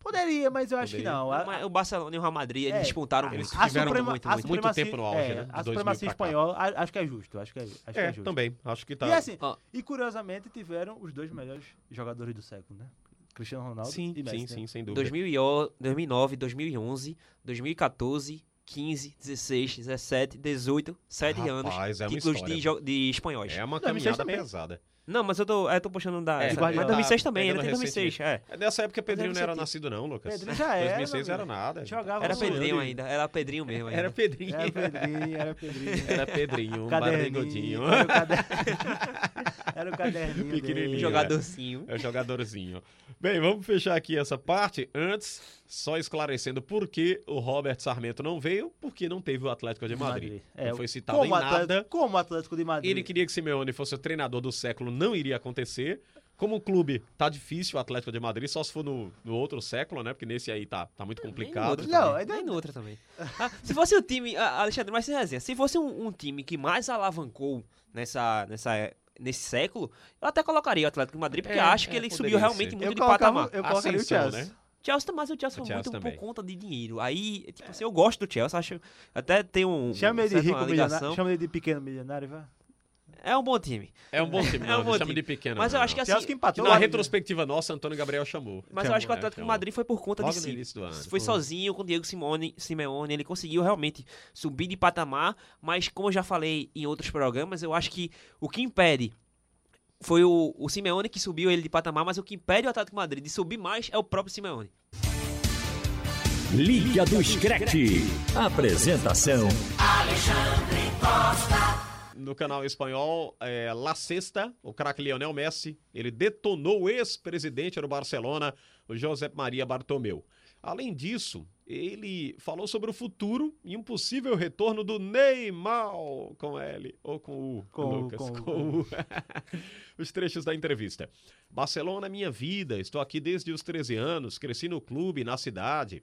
Poderia, mas eu acho Poderia. que não. A- Mas O Barcelona e o Real Madrid, eles É, despontaram eles muito. a tiveram suprema- muito, a muito. muito supremacia- tempo no auge, é, né? De A 2000 supremacia pra cá. espanhola, a- acho que é justo. Acho que é, acho que É, é justo. também. Acho que tá. E assim, Ó. e curiosamente tiveram os dois melhores jogadores do século, né? Cristiano Ronaldo sim, e Messi. sim, né? sim, sem dúvida. 2000, 2009, 2011, 2014, 15, 16, 17, 18, 7 Rapaz, anos. é uma títulos história. de, jo- de espanhóis. É uma 2006 caminhada também. pesada. Não, mas eu tô, é, tô puxando da. É, essa- de mas Guardiola. 2006 também, ainda Pegando tem 2006. É. É, Nessa época, Pedrinho não era sentido. nascido, não, Lucas. Pedrinho já era, 2006 meu era amigo. nada. Jogava Era no- Pedrinho ainda, era Pedrinho mesmo ainda. Era Pedrinho. Era Pedrinho, era Pedrinho. [laughs] Era Pedrinho, um Caderninho, barrigudinho. Era o caderninho. [laughs] Era o caderninho. Pequenininho. dele. Jogadorzinho. É o jogadorzinho. Bem, vamos fechar aqui essa parte. Antes, só esclarecendo por que o Robert Sarmento não veio, porque não teve o Atlético de Madrid. É, não foi citado em como Atlético- nada. Como Atlético de Madrid. Ele queria que Simeone fosse o treinador do século, não iria acontecer. Como o clube tá difícil, o Atlético de Madrid, só se for no, no outro século, né? Porque nesse aí tá, tá muito complicado. Não, Não, ainda- ainda no É, outro também. Ah, se fosse o time, ah, Alexandre, mas sem resenha, se fosse um, um time que mais alavancou nessa, nessa, nesse século, eu até colocaria o Atlético de Madrid, porque É, acho que é, ele poderia subiu realmente ser. muito de colocava- patamar. Eu colocaria o Ascensão, Chelsea. né? Chelsea também, mas o Chelsea foi O Chelsea muito também. por conta de dinheiro. Aí, tipo assim, eu gosto do Chelsea, acho até tem um Chama ele de certa rico uma milionário. ligação. Chama ele de pequeno milionário, vai. É um bom time. É um bom time, [laughs] É não, um bom chama time. de pequeno. mas eu não. acho que assim, Chelsea que empatou Na a- retrospectiva nossa, Antônio Gabriel chamou. Mas eu Chamou, acho que o né? Atlético de Chamou. Madrid foi por conta Logo de no si. início do ano. Foi sozinho com o Diego Simone, Simeone, ele conseguiu realmente subir de patamar, mas como eu já falei em outros programas, eu acho que o que impede foi o, o Simeone que subiu ele de patamar, mas o que impede o Atlético de Madrid de subir mais é o próprio Simeone. Liga do Screte. Apresentação: No canal espanhol, é, La Sexta, o craque Lionel Messi, ele detonou o ex-presidente do Barcelona, o José Maria Bartomeu. Além disso, ele falou sobre o futuro e um possível retorno do Neymar com L ou com U, Com U, Lucas, com U. com U. [laughs] Os trechos da entrevista. Barcelona é minha vida, estou aqui desde os 13 anos, cresci no clube, na cidade.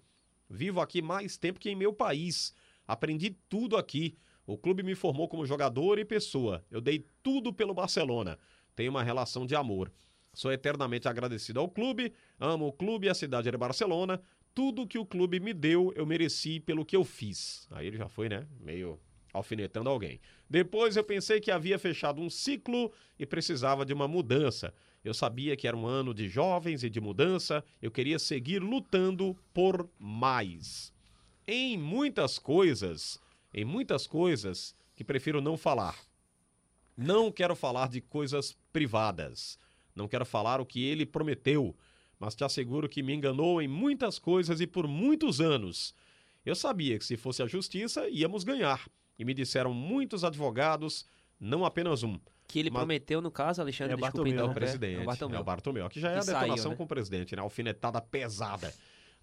Vivo aqui mais tempo que em meu país. Aprendi tudo aqui. O clube me formou como jogador e pessoa. Eu dei tudo pelo Barcelona. Tenho uma relação de amor. Sou eternamente agradecido ao clube, amo o clube e a cidade de Barcelona. Tudo que o clube me deu, eu mereci pelo que eu fiz. Aí ele já foi, né? Meio alfinetando alguém. Depois eu pensei que havia fechado um ciclo e precisava de uma mudança. Eu sabia que era um ano de jovens e de mudança. Eu queria seguir lutando por mais. Em muitas coisas, em muitas coisas que prefiro não falar. Não quero falar de coisas privadas. Não quero falar o que ele prometeu, mas te asseguro que me enganou em muitas coisas e por muitos anos. Eu sabia que se fosse a justiça, íamos ganhar. E me disseram muitos advogados, não apenas um. Que ele Mas- prometeu, no caso, Alexandre, É, desculpa Bartomeu, É Não, o né? interromper, presidente. É o Bartomeu. É o Bartomeu. Aqui já é a Que saiu, detonação né? com o presidente, né? Alfinetada pesada.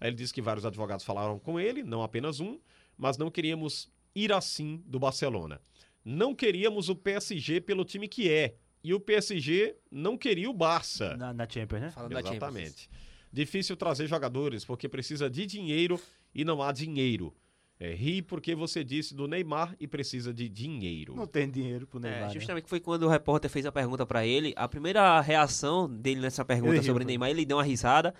Aí ele disse que vários advogados falaram com ele, não apenas um, mas não queríamos ir assim do Barcelona. Não queríamos o PSG pelo time que é. E o PSG não queria o Barça. Na, na Champions, né? Falando da Champions. Exatamente. Difícil trazer jogadores porque precisa de dinheiro e não há dinheiro. É, ri porque você disse do Neymar e precisa de dinheiro. Não tem dinheiro pro Neymar. É, né? justamente foi quando o repórter fez a pergunta pra ele. A primeira reação dele nessa pergunta Ele riu, sobre foi. Neymar, ele deu uma risada.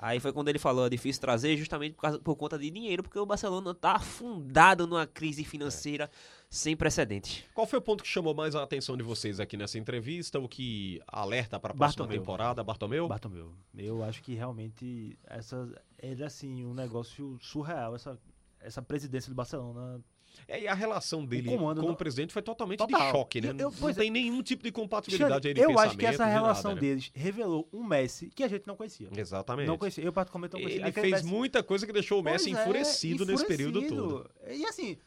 Aí foi quando ele falou, é difícil trazer justamente por, causa- por conta de dinheiro, porque o Barcelona tá afundado numa crise financeira sem precedentes. Qual foi o ponto que chamou mais a atenção de vocês aqui nessa entrevista? O que alerta para a próxima Bartomeu. temporada, Bartomeu? Bartomeu. Eu acho que realmente essa era assim um negócio surreal essa essa presidência do Barcelona. É, e a relação dele O comando com o não- presidente foi totalmente de Total. choque, né? Eu- eu- não pois é. tem nenhum tipo de compatibilidade aí de eu acho que pensamento, essa de nada, relação né? deles revelou um Messi que a gente não conhecia. Exatamente. Não conhecia. Eu particularmente não conhecia. Ele Aquele fez Messi- muita coisa que deixou o Messi Pois é, enfurecido, nesse período todo. enfurecido. E assim,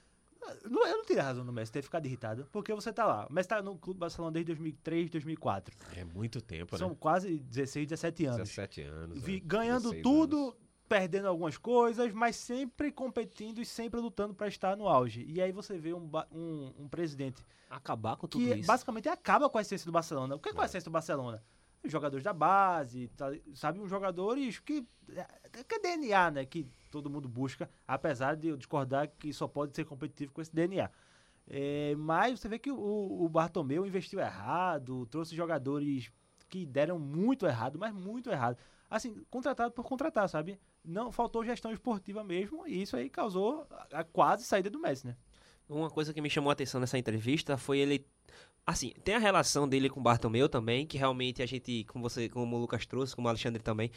não- eu não teria razão no Messi ter ficado irritado, porque você tá lá. O Messi tá no clube Barcelona desde 2003, 2004. É muito tempo, São né? quase 16, 17 anos. 17 anos. Vi- né? ganhando 16 tudo, anos. perdendo algumas coisas, mas sempre competindo e sempre lutando pra estar no auge. E aí você vê um, ba- um- um presidente Acabar com tudo que isso. basicamente acaba com a essência do Barcelona. O que é, que é a essência do Barcelona? jogadores da base, tá- sabe? Uns jogadores que. que é DNA, né? Que todo mundo busca, apesar de eu discordar que só pode ser competitivo com esse DNA. É, mas você vê que o, o Bartomeu investiu errado, trouxe jogadores que deram muito errado, mas muito errado. Assim, contratado por contratar, sabe? Não faltou gestão esportiva mesmo, e isso aí causou a, a quase saída do Messi, né? Uma coisa que me chamou a atenção nessa entrevista foi ele. Assim, tem a relação dele com o Bartomeu também, que realmente a gente, como você, como o Lucas trouxe, como o Alexandre também,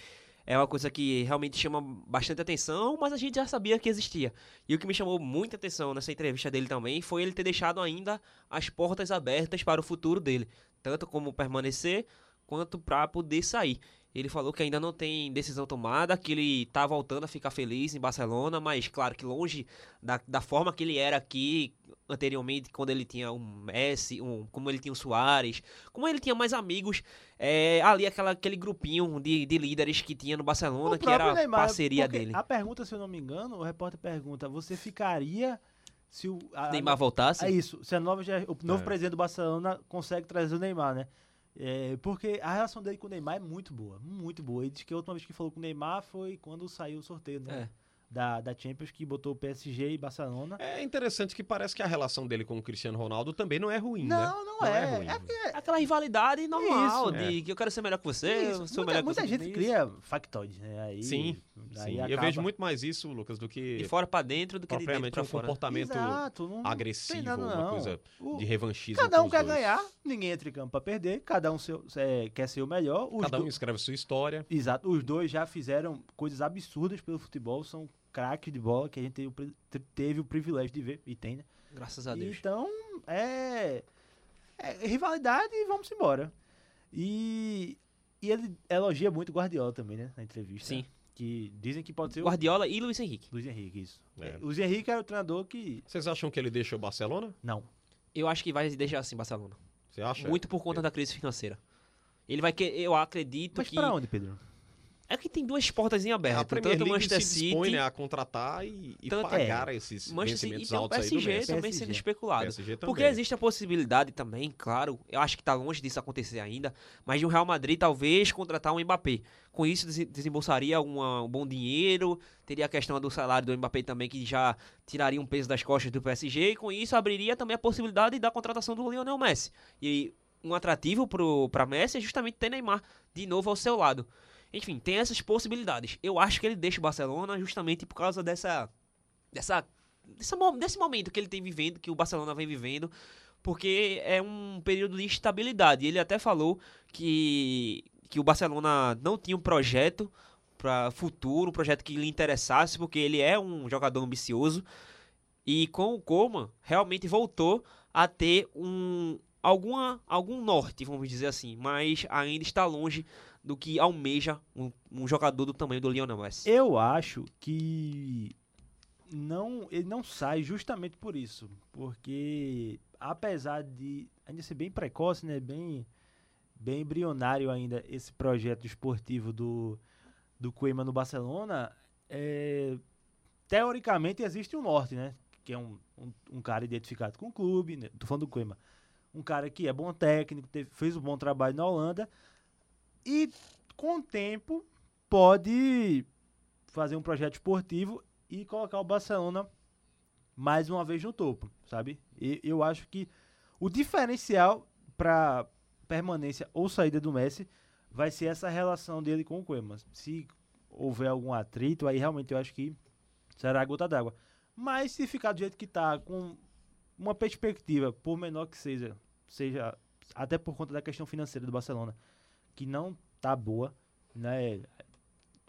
é uma coisa que realmente chama bastante atenção, mas a gente já sabia que existia. E o que me chamou muita atenção nessa entrevista dele também foi ele ter deixado ainda as portas abertas para o futuro dele, tanto como permanecer quanto para poder sair. Ele falou que ainda não tem decisão tomada, que ele tá voltando a ficar feliz em Barcelona, mas claro que longe da, da forma que ele era aqui anteriormente, quando ele tinha um Messi, um, como ele tinha o Soares, como ele tinha mais amigos, é, ali aquela, aquele grupinho de, de líderes que tinha no Barcelona, O que próprio era Neymar, parceria porque dele. A pergunta, se eu não me engano, o repórter pergunta: você ficaria se o. a- Neymar voltasse? É isso. Se a nova, ger- o novo presidente do Barcelona consegue trazer o Neymar, né? É, porque a relação dele com o Neymar é muito boa, muito boa. Ele diz que a última vez que falou com o Neymar foi quando saiu o sorteio, né? É. Da, da Champions, que botou o PSG e Barcelona. É interessante que parece que a relação dele com o Cristiano Ronaldo também não é ruim, né? não, não, é. ruim. É porque Aquela rivalidade normal, Isso, É. de que eu quero ser melhor que você, eu muita, sou melhor muita que você. gente cria factoides, né? Aí, Sim, aí Sim, eu acaba- vejo muito mais isso, Lucas, do De que fora pra dentro do que de dentro propriamente pra um fora. comportamento Exato, não- não tem agressivo, nada, uma não. coisa O- de revanchismo. Cada um com os quer dois. ganhar, ninguém entra em campo pra perder, cada um seu- é, quer ser o melhor. Os Cada do- um escreve sua história. Exato. Os dois já fizeram coisas absurdas pelo futebol, são craques de bola que a gente teve o, pri- te- teve o privilégio de ver, e tem, né? Graças a Deus. Então, é, é rivalidade e vamos embora. E, e ele elogia muito o Guardiola também, né? Na entrevista. Sim. Que dizem que pode ser o Guardiola e Luiz Henrique. Luiz Henrique, isso. É. Luiz Henrique era o treinador que... Vocês acham que ele deixa o Barcelona? Não. Eu acho que vai deixar assim Barcelona. Você acha? Muito por conta da crise financeira. Ele vai que eu acredito Mas Então que pra onde, Pedro? é que tem duas portas em É A aberto, Premier tanto o League Manchester se City, dispõe né, a contratar e, e Tanto- pagar esses Manchester City e vencimentos tem o altos aí do PSG Messi. também PSG. sendo especulado. PSG também. Porque existe a possibilidade também, claro, eu acho que tá longe disso acontecer ainda, mas de um Real Madrid talvez contratar um Mbappé. Com isso desen- desembolsaria uma- um bom dinheiro, teria a questão do salário do Mbappé também que já tiraria um peso das costas do PSG e com isso abriria também a possibilidade da contratação do Lionel Messi. E um atrativo pro para Messi é justamente ter Neymar de novo ao seu lado. Enfim, tem essas possibilidades. Eu acho que ele deixa o Barcelona justamente por causa dessa dessa dessa mo- desse momento que ele tem vivendo, que o Barcelona vem vivendo, porque é um período de instabilidade. Ele até falou que, que o Barcelona não tinha um projeto para futuro, um projeto que lhe interessasse, porque ele é um jogador ambicioso. E com o Coman, realmente voltou a ter um alguma, algum norte, vamos dizer assim, mas ainda está longe do que almeja um, um jogador do tamanho do Lionel Messi. Eu acho que não, ele não sai justamente por isso, porque apesar de ainda ser bem precoce, né, bem bem embrionário ainda esse projeto esportivo do do Coima no Barcelona, é, teoricamente existe um norte, né, que é um, um, um cara identificado com o clube, né, tô falando do Coima, um cara que é bom técnico, teve- fez um bom trabalho na Holanda e com o tempo pode fazer um projeto esportivo e colocar o Barcelona mais uma vez no topo, sabe? E eu acho que o diferencial para permanência ou saída do Messi vai ser essa relação dele com o Koeman. Se houver algum atrito, aí realmente eu acho que será a gota d'água. Mas se ficar do jeito que tá, com uma perspectiva, por menor que seja, seja até por conta da questão financeira do Barcelona, que não tá boa, né?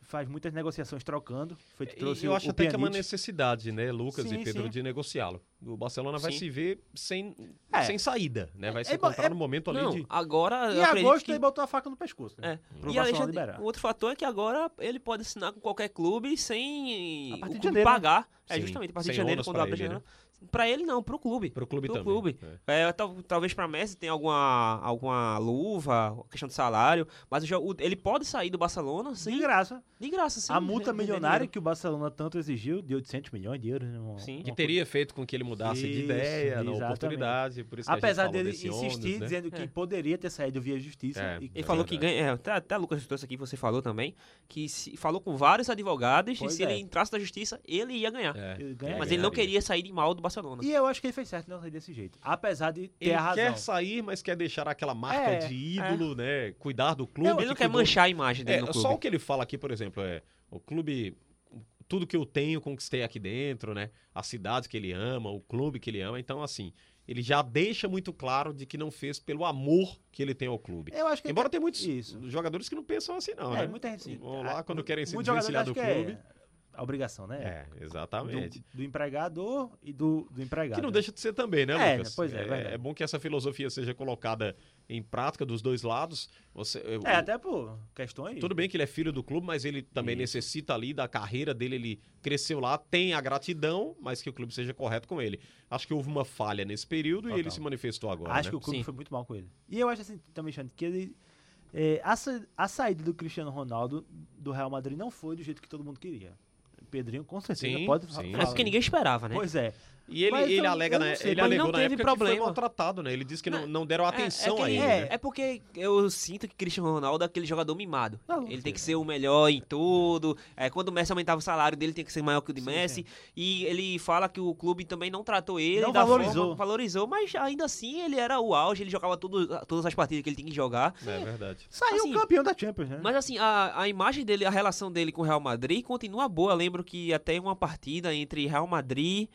Faz muitas negociações trocando. Foi, trouxe eu o, acho o até que é uma Pjanic. necessidade, né, Lucas Sim, e Pedro, sim. de negociá-lo. O Barcelona vai Sim. se ver sem, É. sem saída, né? Vai É, se é bo- encontrar é- no momento ali Não, de... agora eu Em acredito agosto é que- ele botou a faca no pescoço. Né? É. Pro E Barcelona Alexandre, liberar. o outro fator é que agora ele pode assinar com qualquer clube sem A partir o de clube janeiro, né? pagar. É Sim, justamente a partir sem de janeiro, ônus quando pra abre a ele, né? janela, Pra ele não, pro clube. Pro clube pro também, né? Clube. É, tal- talvez pra Messi tenha alguma, alguma luva, questão de salário, mas o, jo- o- ele pode sair do Barcelona De sem, graça. de graça. Sem a multa render milionária dinheiro. que o Barcelona tanto exigiu de 800 milhões de euros. né? Uma- Sim. uma Que coisa- teria feito com que ele mudasse de Isso, ideia, na exatamente. oportunidade, por isso que a gente Apesar falou dele desse insistir, ônus, né? dizendo que É. poderia ter saído via justiça. É, e é Ele falou verdade. que ganha. é, até, até Lucas trouxe aqui, você falou também, que se, falou com vários advogados Pois e se é. ele entrasse na justiça, ele ia ganhar. É, Ele ganha, Mas ele não ganharia. queria sair de mal do Barcelona. E eu acho que ele fez certo não sair desse jeito. Apesar de ter Ele a razão. quer sair, mas quer deixar aquela marca É, de ídolo, né? Cuidar do clube. ele que não quer cuidou- manchar a imagem dele É, no clube. só o que ele fala aqui, por exemplo, é o clube, tudo que eu tenho conquistei aqui dentro, né? A cidade que ele ama, o clube que ele ama. Então, assim, ele já deixa muito claro de que não fez pelo amor que ele tem ao clube. Eu acho que Embora tenha muitos Isso. jogadores que não pensam assim, não, É, né? muita gente. Vão lá quando querem se Muitos jogadores desvencilhar do acham que clube. É a obrigação, né? É, exatamente. Do, do empregador e do, do empregado. Que não né? deixa de ser também, né, É, Lucas? pois é, é verdade. bom que essa filosofia seja colocada em prática dos dois lados. Você, o- É, até por questões. Tudo bem que ele é filho do clube, mas ele também necessita ali da carreira dele, ele cresceu lá, tem a gratidão, mas que o clube seja correto com ele. Acho que houve uma falha nesse período e ele se manifestou agora. Acho né? que o clube Sim. foi muito mal com ele. E eu acho assim também, Xande, que ele. é, a, sa- a saída do Cristiano Ronaldo do Real Madrid não foi do jeito que todo mundo queria. Pedrinho, com certeza, Sim, pode sim. fa- É falar. É porque ninguém esperava, né? Pois é. E ele, Mas ele eu- alega, eu na- não sei, ele mas não alegou na teve época que foi problema. maltratado, né? Ele disse que não, não deram atenção é, a que ele. ele- né? é porque eu sinto que Cristiano Ronaldo é aquele jogador mimado. Não, não ele sei. tem que ser o melhor em tudo. É, quando o Messi aumentava o salário dele, tem que ser maior que o de Messi. E ele fala que o clube também não tratou ele. Não da valorizou. forma- valorizou, mas ainda assim ele era o auge, ele jogava tudo- todas as partidas que ele tinha que jogar. É verdade. Saiu Assim, campeão da Champions, né? Mas assim, a, a imagem dele, a relação dele com o Real Madrid continua boa. Eu lembro que até uma partida entre Real Madrid.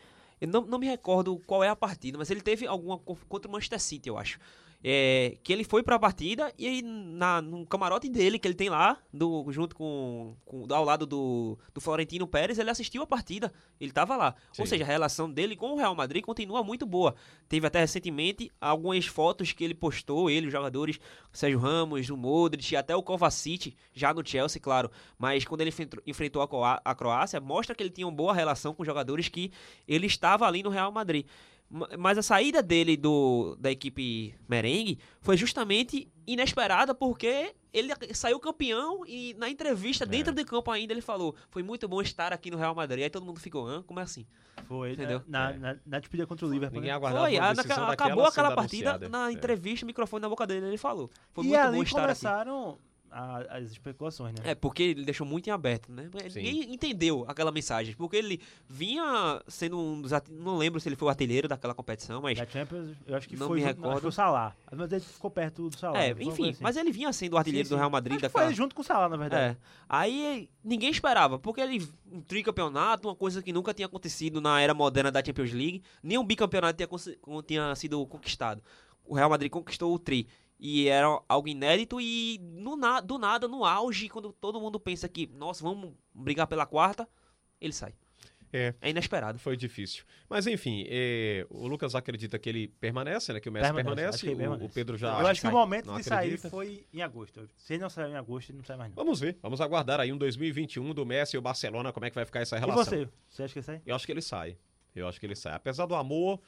Eu não, não me recordo qual é a partida, mas ele teve alguma co- contra o Manchester City, eu acho. É, que ele foi pra partida e aí na, no camarote dele, que ele tem lá, do, junto com, com- ao lado do, do Florentino Pérez, ele assistiu a partida. Ele tava lá. Ou Sim. seja, a relação dele com o Real Madrid continua muito boa. Teve até recentemente algumas fotos que ele postou, ele, os jogadores, o Sérgio Ramos, o Modric, até o Kovacic, já no Chelsea, claro. Mas quando ele enfrento- enfrentou a Coa- a Croácia, mostra que ele tinha uma boa relação com os jogadores que ele estava ali no Real Madrid. Ma- Mas a saída dele do, da equipe merengue foi justamente inesperada porque ele ac- saiu campeão e na entrevista dentro de campo ainda ele falou foi muito bom estar aqui no Real Madrid. Aí todo mundo ficou, hã? Como é assim? Foi, né? Entendeu? Na, É. na, na despedida contra o Liverpool. Ninguém né? aguardava foi, uma a- decisão naquela- daquela acabou sendo aquela partida anunciada. na É. entrevista, o microfone na boca dele, ele falou. Foi e muito ali bom estar aqui. começaram a- as especulações, né? É, porque ele deixou muito em aberto, né? Mas Sim. Ninguém entendeu aquela mensagem. Porque ele vinha sendo um dos. arte- Não lembro se ele foi o artilheiro daquela competição, mas. é, Da Champions, eu acho que Não foi me junto- acho que recordo. foi o Salah. Mas ele ficou perto do Salah. É, alguma coisa enfim, assim. mas ele vinha sendo o artilheiro Sim, do sim. Real Madrid Acho que daquela. foi junto com o Salah, na verdade. É. Aí ninguém esperava, porque ele um tricampeonato, uma coisa que nunca tinha acontecido na era moderna da Champions League, nenhum bicampeonato tinha, consi- con- tinha sido conquistado. O Real Madrid conquistou o tri e era algo inédito e no na- do nada, no auge, quando todo mundo pensa que, nossa, vamos brigar pela quarta, ele sai. É. É inesperado. Foi difícil. Mas enfim, é, o Lucas acredita que ele permanece, né? Que o Messi Permanece, permanece, acho que o- ele o, permanece. Pedro já. eu acho que o sai, momento não de sair acredita. foi em agosto. Se ele não saiu em agosto, ele não sai mais não. Vamos ver, vamos aguardar aí um 2021 do Messi e o Barcelona, como é que vai ficar essa E relação. você? Você acha que ele sai? Eu acho que ele sai. Eu acho que ele sai. Apesar do amor,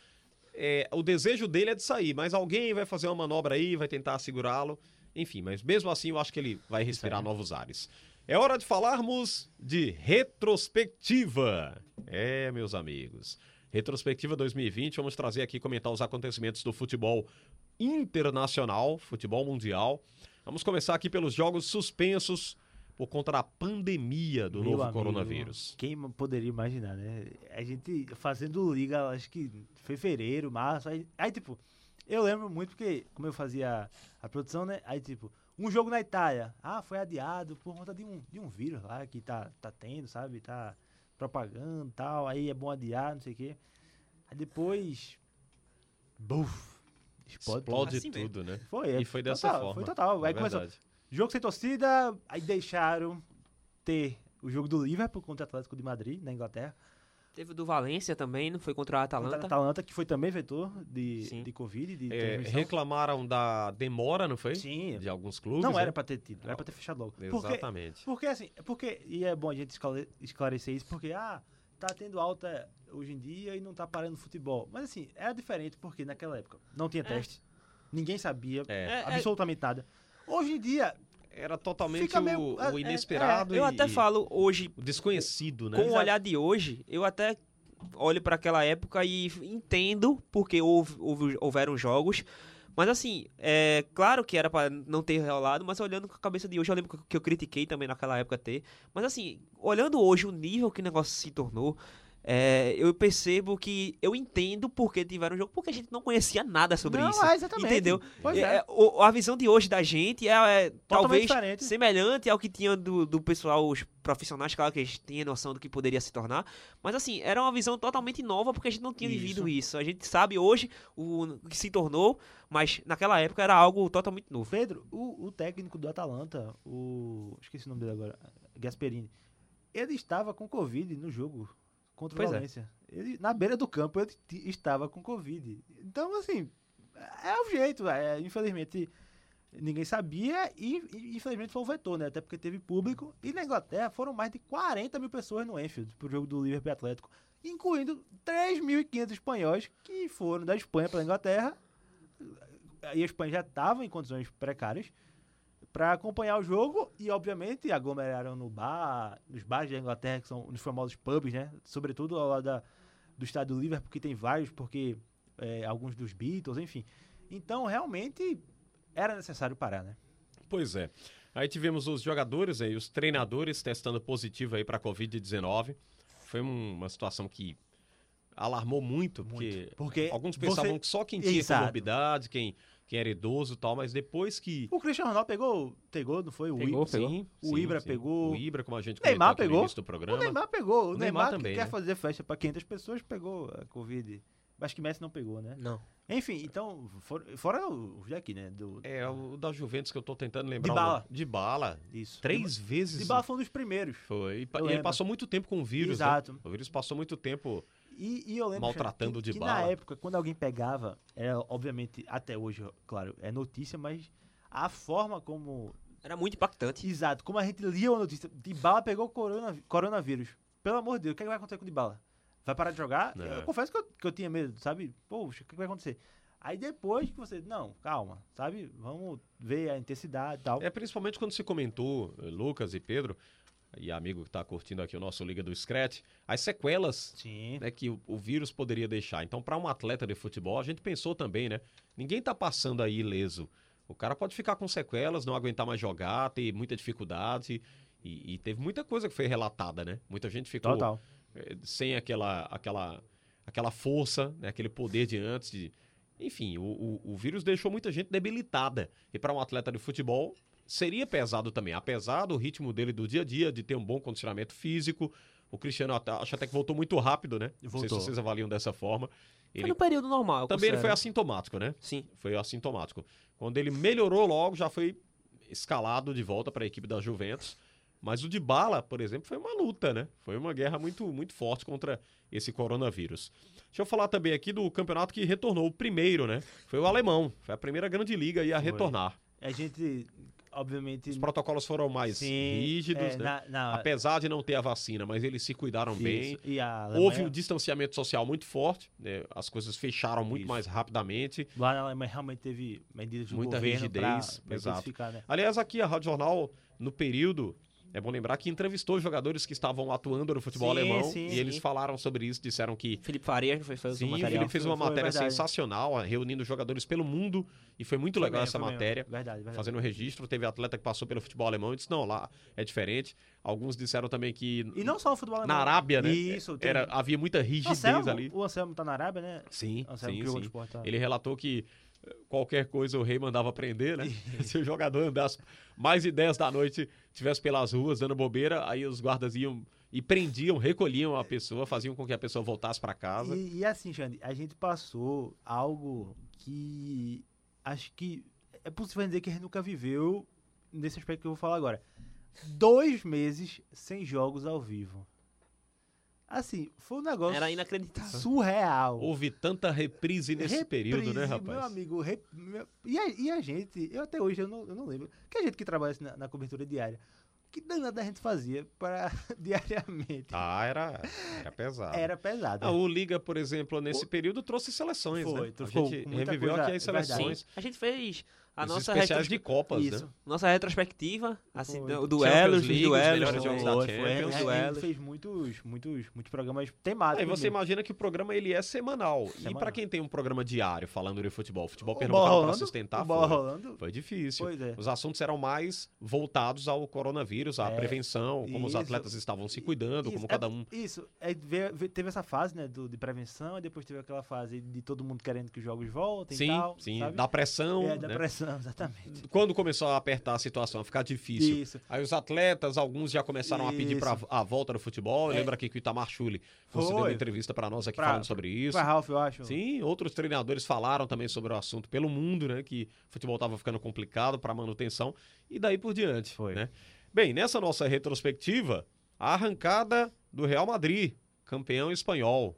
é, o desejo dele é de sair, mas alguém vai fazer uma manobra aí, vai tentar segurá-lo. Enfim, mas mesmo assim eu acho que ele vai respirar novos ares. É hora de falarmos de retrospectiva. É, meus amigos. Retrospectiva 2020, vamos trazer aqui comentar os acontecimentos do futebol internacional, futebol mundial. Vamos começar aqui pelos jogos suspensos por conta da pandemia do Meu novo amigo, coronavírus. Quem m- poderia imaginar, né? A gente fazendo liga, acho que fevereiro, março. Aí, aí, tipo, eu lembro muito porque, como eu fazia a produção, né? Aí, tipo, um jogo na Itália. Ah, foi adiado por conta de um, de um vírus lá que tá, tá tendo, sabe? Tá propagando e tal. Aí é bom adiar, não sei o quê. Aí depois. Buf! Explode Assim mesmo. tudo, né? Foi, é, E foi dessa total, forma. Foi total. É Aí começou. verdade. Jogo sem torcida, aí deixaram ter o jogo do Liverpool contra o Atlético de Madrid, na Inglaterra. Teve o do Valência também, não foi contra a Contra Atalanta. a Atalanta, que foi também vetor de, Sim. de Covid, de É, transmissão. reclamaram da demora, não foi? então Sim. De alguns clubes. Não né? era pra ter tido, era pra ter fechado logo. Porque- Exatamente. Porque, assim, é porque, e é bom a gente esclare- esclarecer isso, porque, ah, tá tendo alta hoje em dia e não tá parando futebol. Mas assim, era diferente porque naquela época não tinha teste. Ninguém sabia É. É, é- absolutamente nada. Hoje em dia, Era totalmente Fica meio- o, é, o é, inesperado. Eu e- até e falo hoje, O desconhecido, né? com o olhar de hoje, eu até olho para aquela época e entendo porque houve, houve- houveram jogos. Mas assim, é claro que era para não ter rolado, mas olhando com a cabeça de hoje, eu lembro que eu critiquei também naquela época ter. Mas assim, olhando hoje o nível que o negócio se tornou, é, eu percebo que eu entendo porque tiveram jogo, porque a gente não conhecia nada sobre Não, isso. é, exatamente. Entendeu? Pois é. É, o- a visão de hoje da gente é, é, talvez diferente. semelhante ao que tinha do, do pessoal, os profissionais, claro que eles tinham noção do que poderia se tornar. Mas assim, era uma visão totalmente nova porque a gente não tinha vivido isso. A gente sabe hoje o, o que se tornou, mas naquela época era algo totalmente novo. Pedro, o, o técnico do Atalanta, o. Esqueci o nome dele agora, Gasperini. Ele estava com Covid no jogo contra Pois o é. Valência. Ele, na beira do campo ele t- estava com Covid. Então, assim, é o jeito. é, infelizmente, ninguém sabia e, e, infelizmente, foi um vetor, né? Até porque teve público. E na Inglaterra foram mais de 40 mil pessoas no Enfield pro jogo do Liverpool e Atlético, incluindo 3.500 espanhóis que foram da Espanha para a Inglaterra e a Espanha já estava em condições precárias para acompanhar o jogo e, obviamente, aglomeraram no bar, nos bares da Inglaterra, que são nos famosos pubs, né? Sobretudo ao lado da, do estádio do Liverpool, que tem vários, porque é, alguns dos Beatles, enfim. Então, realmente, era necessário parar, né? Pois é. Aí tivemos os jogadores aí, os treinadores testando positivo aí para COVID-19. Foi um- uma situação que alarmou muito, porque, Porque alguns você- pensavam que só quem tinha Exato. comorbidade, quem, quem era idoso e tal, mas depois que O Cristiano Ronaldo pegou, pegou, não foi? O Pegou, I- pegou. O Ibra pegou. O Ibra, como a gente Neymar comentou aqui no pegou. início do programa. O Neymar pegou. O, O Neymar Neymar, também, que quer né? fazer festa para 500 pessoas, pegou a Covid. Acho que Messi não pegou, né? Não. Enfim, então, for- fora os daqui, né? Do, É, o da Juventus que eu tô tentando lembrar. De o bala. nome. De bala. Isso. Três vezes. De bala foi um dos primeiros. Foi. E pa- Eu ele lembro. passou muito tempo com o vírus. né? Exato. O vírus passou muito tempo. E, e eu lembro Maltratando que, de que bala. na época, quando alguém pegava, era obviamente, até hoje, claro, é notícia, mas a forma como. Era muito impactante. Exato, como a gente lia a notícia, de bala pegou corona, coronavírus. Pelo amor de Deus, o que, é que vai acontecer com o de bala? Vai parar de jogar? É. Eu confesso que eu, que eu tinha medo, sabe? Poxa, o que, que vai acontecer? Aí depois que você. Não, calma, sabe? Vamos ver a intensidade e tal. É principalmente quando se comentou, eh, Lucas e Pedro, e amigo que tá curtindo aqui o nosso Liga do Scratch, as sequelas Sim. né, que o, o vírus poderia deixar. Então, para um atleta de futebol, a gente pensou também, né? Ninguém tá passando aí ileso. O cara pode ficar com sequelas, não aguentar mais jogar, ter muita dificuldade. E, e teve muita coisa que foi relatada, né? Muita gente ficou Total. eh, sem aquela, aquela, aquela força, né, aquele poder de antes. De... Enfim, o, o, o vírus deixou muita gente debilitada. E para um atleta de futebol, seria pesado também. Apesar do ritmo dele do dia a dia, de ter um bom condicionamento físico. O Cristiano até- acho até que voltou muito rápido, né? Não sei se Voltou. vocês avaliam dessa forma. Foi Ele, no período normal. eu também ele foi considero. assintomático, né? Sim. Foi assintomático. Quando ele melhorou logo, já foi escalado de volta para a equipe da Juventus. Mas o de bala, por exemplo, foi uma luta, né? Foi uma guerra muito, muito forte contra esse coronavírus. Deixa eu falar também aqui do campeonato que retornou, o primeiro, né? Foi o alemão. Foi a primeira grande liga aí a retornar. A gente, obviamente. Os protocolos foram mais sim, rígidos, é, né? na- na- Apesar de não ter a vacina, mas eles se cuidaram bem. Isso. E a Houve Alemanha- um distanciamento social muito forte, né? as coisas fecharam muito Isso. mais rapidamente. Lá na Alemanha realmente teve medidas do Muita governo pra- rigidez, pra exato. intensificar, né? Aliás, aqui a Rádio Jornal, no período, é bom lembrar que entrevistou jogadores que estavam atuando no futebol Sim, alemão sim, e sim. um eles falaram sobre isso, disseram que. Felipe Farias não foi fazer Sim, o o material. Felipe fez uma Foi matéria verdade. sensacional, reunindo jogadores pelo mundo, e foi muito Foi legal mesmo, essa foi mesmo. matéria. Verdade, verdade. Fazendo um registro, teve atleta que passou pelo futebol alemão e disse: não, lá é diferente. Alguns disseram também que E não só o futebol alemão. Hum. na Arábia, né? Isso. tem- era, havia muita o rigidez Anselmo, ali. O Anselmo tá na Arábia, né? Sim, Anselmo sim, que jogou no sim. esporte. Tá... Ele relatou que eh, qualquer coisa o rei mandava prender, [laughs] né? Se o jogador andasse mais de 10 da noite, tivesse pelas ruas dando bobeira, aí os guardas iam e prendiam, recolhiam a pessoa, faziam com que a pessoa voltasse pra casa. E, e assim, Xande, a gente passou algo que acho que é possível dizer que a gente nunca viveu nesse aspecto que eu vou falar agora. Dois meses sem jogos ao vivo. Assim, foi um negócio Era inacreditável. surreal. Houve tanta reprise nesse período, né, Reprise, rapaz? Meu amigo, rep- meu- e, a, e a gente, eu até hoje eu não, eu não lembro, que a gente que trabalha assim na, na cobertura diária, que danada a gente fazia para [laughs] diariamente? Ah, era, era pesado. Era pesado. Ah, o Liga, por exemplo, nesse período trouxe seleções, Foi, né? trouxe a gente com muita reviveu coisa- aqui as é verdade. seleções, A gente fez a os nossa, especiais retrospe- de Copas, Isso. né? nossa retrospectiva, assim, Foi. o duelo, os Champions League, os duelos, melhores os jogos da duelos. Foi, Champions, a gente duelos. fez muitos, muitos, muitos programas Aí temáticos. você mesmo. imagina que o programa ele é semanal. E Semanal. pra quem tem um programa diário falando de futebol, futebol O bola pernambucano pra rolando, sustentar, o bola foi, rolando. foi difícil. Pois é. Os assuntos eram mais voltados ao coronavírus, à É, prevenção, como os isso. atletas estavam se cuidando, Isso, como é- cada um. Isso. É, ve- ve- teve essa fase, né, do, de prevenção, e depois teve aquela fase de todo mundo querendo que os jogos voltem Sim, e tal. sim, sabe? da pressão. É, da né? pressão, [laughs] exatamente. Quando começou a apertar a situação, a ficar difícil. Isso. Aí os atletas, alguns já começaram a pedir Isso. É. pra a volta do futebol. Lembra aqui que o Itamar Chuli concedeu uma Foi. entrevista pra nós aqui Pra- falando sobre isso. Foi Ralph, eu acho. Sim, outros treinadores falaram também sobre o assunto pelo mundo, né? Que o futebol estava ficando complicado para manutenção e daí por diante. Foi. né? Bem, nessa nossa retrospectiva, a arrancada do Real Madrid, campeão espanhol.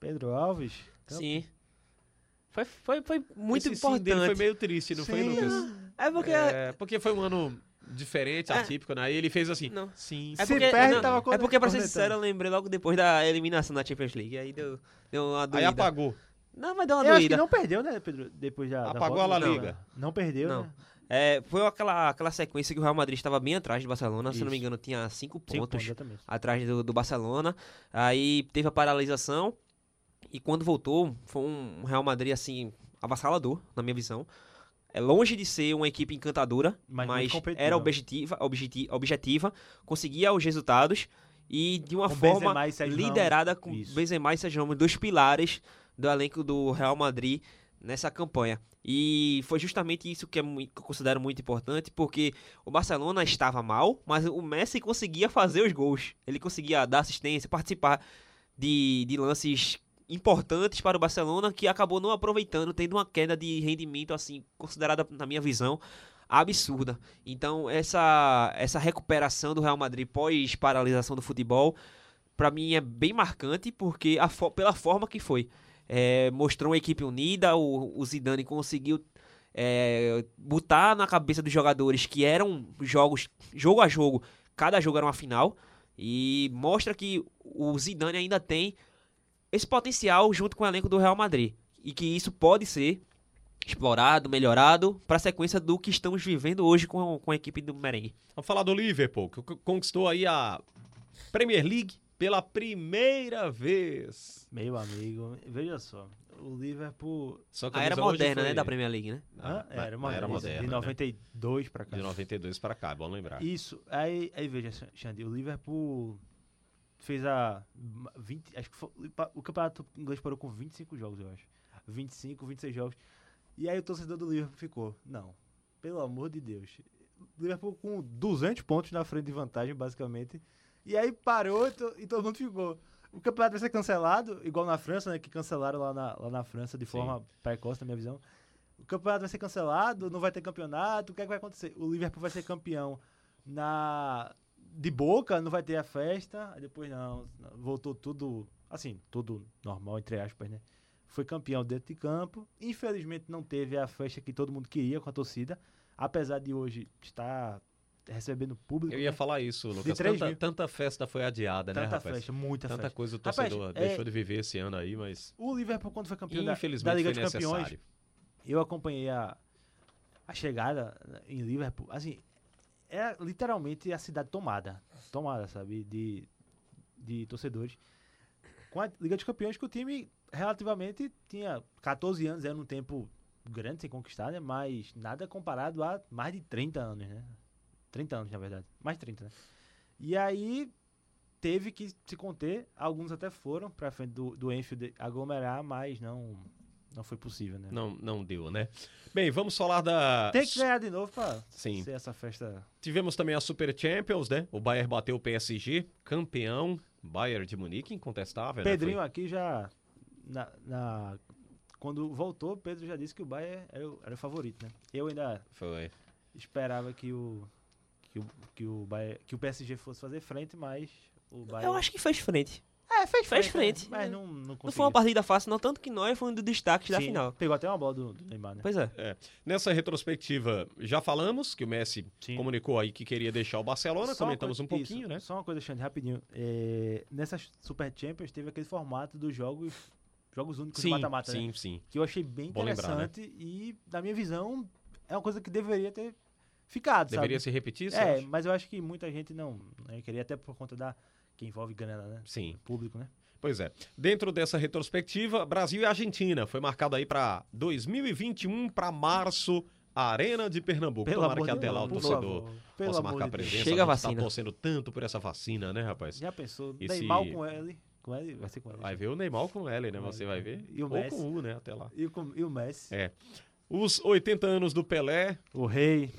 Pedro Alves. Sim. Foi, foi, foi muito Esse sim importante. dele foi meio triste, não foi, Então, Sim. Lucas? Ah, É porque. É, porque foi um ano diferente, É. atípico, né? E ele fez assim. Não. Sim, É Se porque, perde, não, tava é porque, pra ser cornetando. sincero, eu lembrei logo depois da eliminação da Champions League. Aí deu, deu uma Aí doída. apagou. Não, vai dar uma Eu acho que doída. não perdeu, né, Pedro? Depois da. da Apagou volta, a La não, Liga. né? Não perdeu, Não. né? É, foi aquela, aquela sequência que o Real Madrid estava bem atrás do Barcelona. Se não me Isso. engano, tinha cinco Cinco pontos exatamente. atrás do, do Barcelona. Aí teve a paralisação. E quando voltou, foi um Real Madrid, assim, avassalador, na minha visão. É longe de ser uma equipe encantadora, mas, Mas muito competitiva. era objetiva, objeti- objetiva, conseguia os resultados e de uma Com forma Benzema e Sérgio Ramos. liderada com Isso. Benzema e Sérgio Ramos, dois pilares do elenco do Real Madrid nessa campanha. E foi justamente isso que, é mui- que eu considero muito importante, porque o Barcelona estava mal, mas o Messi conseguia fazer os gols. Ele conseguia dar assistência, participar de, de lances importantes para o Barcelona, que acabou não aproveitando, tendo uma queda de rendimento, assim, considerada, na minha visão, absurda. Então, essa, essa recuperação do Real Madrid pós-paralisação do futebol, para mim é bem marcante, porque a fo- pela forma que foi. É, mostrou uma equipe unida, o, o Zidane conseguiu é, botar na cabeça dos jogadores que eram jogos, jogo a jogo, cada jogo era uma final, e mostra que o Zidane ainda tem esse potencial junto com o elenco do Real Madrid. E que isso pode ser explorado, melhorado, para a sequência do que estamos vivendo hoje com, com a equipe do Merengue. Vamos falar do Liverpool, que c- conquistou aí a Premier League pela primeira vez. Meu amigo, veja só. O Liverpool. Só que A era camisa hoje moderna, foi- né, da Premier League, né? Ah, Hã? era, uma, na era isso, moderna. De né? 92 pra cá. De 92 pra cá, é bom lembrar. Isso. Aí, aí veja, Xan- Xande, o Liverpool fez a. 20, acho que foi- o campeonato inglês parou com 25 jogos, eu acho. 25, 26 jogos. E aí o torcedor do Liverpool ficou: não, pelo amor de Deus. Liverpool com 200 pontos na frente de vantagem, basicamente. E aí parou e, to- e todo mundo ficou. O campeonato vai ser cancelado, igual na França, né? Que cancelaram lá na, lá na França de forma precoce, na minha visão. O campeonato vai ser cancelado, não vai ter campeonato. O que é que vai acontecer? O Liverpool vai ser campeão na de boca, não vai ter a festa. Aí depois não, voltou tudo, assim, tudo normal, entre aspas, né? Foi campeão dentro de campo. Infelizmente não teve a festa que todo mundo queria com a torcida. Apesar de hoje estar recebendo público. Eu ia né? falar isso, Lucas. De três Tanta, mil. tanta festa foi adiada, né, Tanta rapaz? festa, muita Tanta festa. coisa o Rapaz, torcedor é- deixou de viver esse ano aí, mas O Liverpool, quando foi campeão da, da infelizmente Liga foi dos necessário. Campeões, eu acompanhei a, a chegada né, em Liverpool, assim, é literalmente a cidade tomada, tomada, sabe, de, de torcedores. Com a Liga dos Campeões, que o time relativamente tinha 14 anos, era um tempo grande sem conquistar, né, mas nada comparado a mais de 30 anos, né, 30 anos, na verdade, mais 30, né. E aí teve que se conter, alguns até foram pra frente do, do Enfield aglomerar, mas não... Não foi possível, né? Não, não deu, né? Bem, vamos falar da. Tem que ganhar de novo pra Sim. ser essa festa. Tivemos também a Super Champions, né? O Bayern bateu o PSG, campeão. Bayern de Munique, incontestável, Pedrinho né? aqui já. Na, na- quando voltou, Pedro já disse que o Bayern era o, era o favorito, né? Eu ainda Foi. foi. esperava que o. Que o, que o, Bayern, que o PSG fosse fazer frente, mas o Bayern. Eu acho que fez frente. É, fez Fez frente. Mas não, não Não foi uma conseguiu. partida fácil, não, tanto que nós foi um dos destaques da Sim, final. Pegou até uma bola do, do Neymar, né? Pois é. É. Nessa retrospectiva, já falamos que o Messi Sim. comunicou aí que queria deixar o Barcelona, Só uma comentamos coisa- um pouquinho, isso, né? Só uma coisa, Xande, rapidinho. É, nessa Super Champions teve aquele formato dos jogos, jogos únicos de mata-mata, né? sim, sim. que eu achei bem Bom lembrar, né? interessante e, na minha visão, é uma coisa que deveria ter ficado, Deveria sabe? se repetir, você É, acha? mas eu acho que muita gente não, né, queria até por conta da que envolve grana, né? Sim. Público, né? Pois é. Dentro dessa retrospectiva, Brasil e Argentina foi marcado aí para 2021 para um março, Arena de Pernambuco. Tomara que de até lá o Deus, por torcedor favor. possa marcar de Deus. presença. Chega a gente tá vacina. torcendo tanto por essa vacina, né, rapaz? Já pensou? Esse- Neymar com ele, com ele, vai ser com ele. Vai ver o Neymar com L, né? Você vai ver. E o Ou Messi. com U, né? Até lá. E, com- e o Messi, É. Os 80 anos do Pelé, o rei.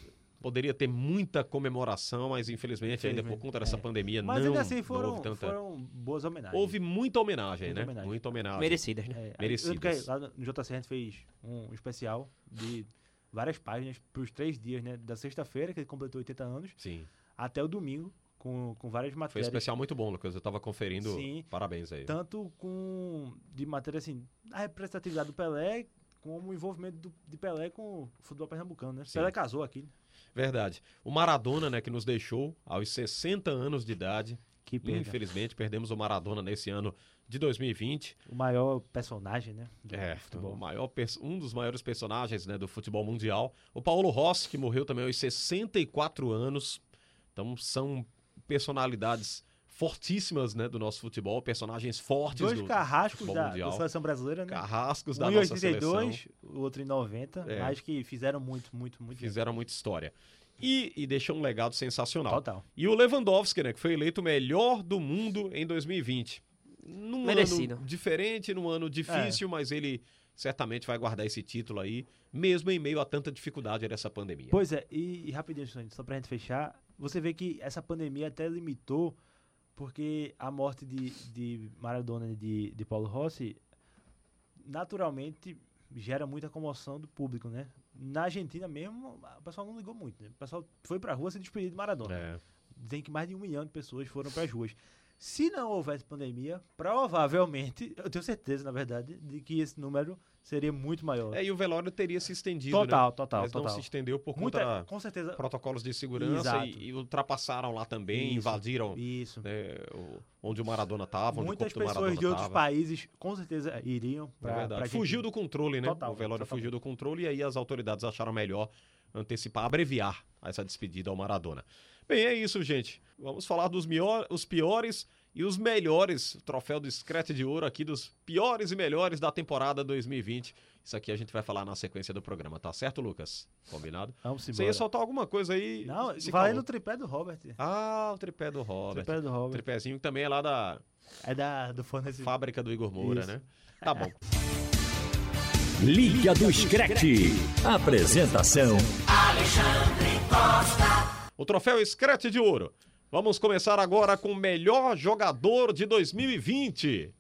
Poderia ter muita comemoração, mas infelizmente, ainda por Infelizmente, conta dessa é. pandemia Mas não, ainda assim não foram, houve tanta. foram boas homenagens. Houve muita homenagem, Muita né? homenagem. Muita homenagem. Merecidas, né? É, aí, merecidas. tanto que aí, lá no no JC a gente fez um especial de várias páginas para os três dias, né? Da sexta-feira, que ele completou 80 anos, Sim. até o domingo, com, com várias Foi um matérias. especial muito bom, Lucas. Eu tava conferindo. Sim. Então- Parabéns aí. Tanto com de matéria assim, a representatividade do Pelé, como o envolvimento do- de Pelé com o futebol pernambucano, né? Sim. Pelé casou aqui. né? Verdade. O Maradona, né, que nos deixou aos 60 anos de idade. Que perda. Infelizmente, perdemos o Maradona nesse ano de 2020. O maior personagem, né? Do É, o futebol. maior pers- um dos maiores personagens né, do futebol mundial. O Paulo Rossi, que morreu também aos 64 anos. Então, são personalidades fortíssimas né, do nosso futebol, personagens fortes Dois então, do carrascos futebol da, da mundial. seleção brasileira, né? Carrascos da um em nossa seleção 82, o outro em 90, É. mas que fizeram muito, muito, muito. bem. fizeram muita história. E, e deixou um legado sensacional. Total. E o Lewandowski, né, que foi eleito o melhor do mundo em 2020. Num Merecido. ano diferente, num ano É. difícil, mas ele certamente vai guardar esse título aí, mesmo em meio a tanta dificuldade dessa pandemia. Pois é, e, e rapidinho, Sônia, só pra gente fechar, você vê que essa pandemia até limitou, porque a morte de, de Maradona e de, de Paulo Rossi naturalmente gera muita comoção do público, né? Na Argentina mesmo, o pessoal não ligou muito, né? O pessoal foi pra rua se despedir de Maradona. É, Dizem que mais de um milhão de pessoas foram para as ruas. Se não houvesse pandemia, provavelmente, eu tenho certeza, na verdade, de que esse número seria muito maior. É, e o velório teria se estendido, total, né? total, Mas total. não se estendeu por Muita- conta com certeza. de protocolos de segurança Exato. e, e ultrapassaram lá também, Isso. invadiram Isso. né, o- onde o Maradona estava, onde Muitas o corpo do Maradona pessoas de outros tava. países com certeza iriam É para verdade. Fugiu do controle, né? Total, o velório total. fugiu do controle e aí as autoridades acharam melhor antecipar, abreviar essa despedida ao Maradona. Bem, é isso, gente. Vamos falar dos mior- os piores e os melhores. O troféu do Scratch de Ouro aqui dos piores e melhores da temporada 2020. Isso aqui a gente vai falar na sequência do programa, tá certo, Lucas? Combinado? Vamos Você ia embora. soltar alguma coisa aí? Não, é se vai no calou. tripé do Robert. Ah, o tripé do Robert. Tripé do O Robert. tripézinho que também é lá da É da, do fornecedor. fábrica do Igor Moura, Isso. né? Tá bom. Liga do Screte. Apresentação. O troféu Scratch de Ouro. Vamos começar agora com o melhor jogador de 2020.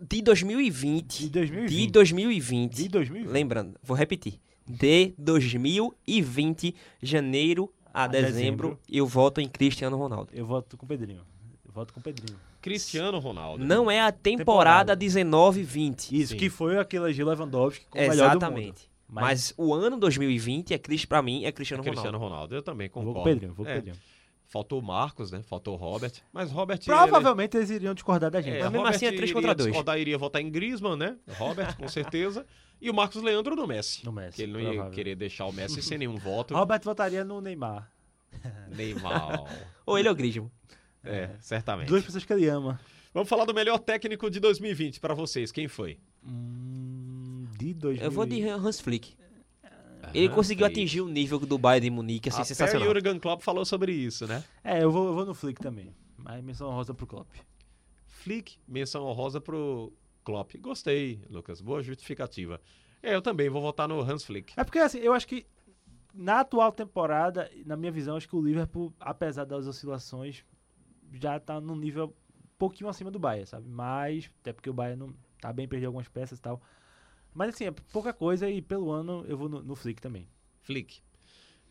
De 2020. De 2020. De 2020. De 2020. Lembrando, vou repetir. De 2020, janeiro a, A dezembro, dezembro. eu voto em Cristiano Ronaldo. Eu voto com o Pedrinho. Eu voto com o Pedrinho. Cristiano Ronaldo. Não é a Temporada. temporada 19-20. Isso, Sim. que foi aquele de Lewandowski com o melhor do mundo. Exatamente. Mas- Mas... o ano 2020 é Cris para mim é Cristiano, Cristiano Ronaldo. Ronaldo, eu também Vou concordo. com o Pedrinho, vou com o É, Pedrinho. Faltou o Marcos, né? Faltou o Robert. Mas Robert... Provavelmente eles iriam discordar da Ele, gente. é, Mas mesmo Robert assim é três iria contra dois. discordar, iria votar em Griezmann, né? Robert, com certeza. E o Marcos Leandro no Messi. No Messi, Que ele não ia provável. Ah. querer deixar o Messi sem nenhum [laughs] voto. Robert votaria no Neymar. [laughs] Neymar. Ou ele é o Griezmann. É, certamente. Duas pessoas que ele ama. Vamos falar do melhor técnico de 2020 pra vocês. Quem foi? Hum, de 2000. Eu vou de Hans Flick. Ah, Ele conseguiu atingir o nível do Bayern de Munique, assim, Até sensacional. o Jurgen Klopp falou sobre isso, né? É, eu vou, eu vou no Flick também. Mas menção rosa pro Klopp. Flick, menção honrosa pro Klopp. Gostei, Lucas. Boa justificativa. É, eu também vou votar no Hans Flick. É porque assim, eu acho que na atual temporada, na minha visão, acho que o Liverpool, apesar das oscilações, já tá num nível um pouquinho acima do Bahia, sabe? Mas, até porque o Bahia não tá bem, perdeu algumas peças e tal. Mas assim, é pouca coisa e pelo ano eu vou no, no Flick também. Flick.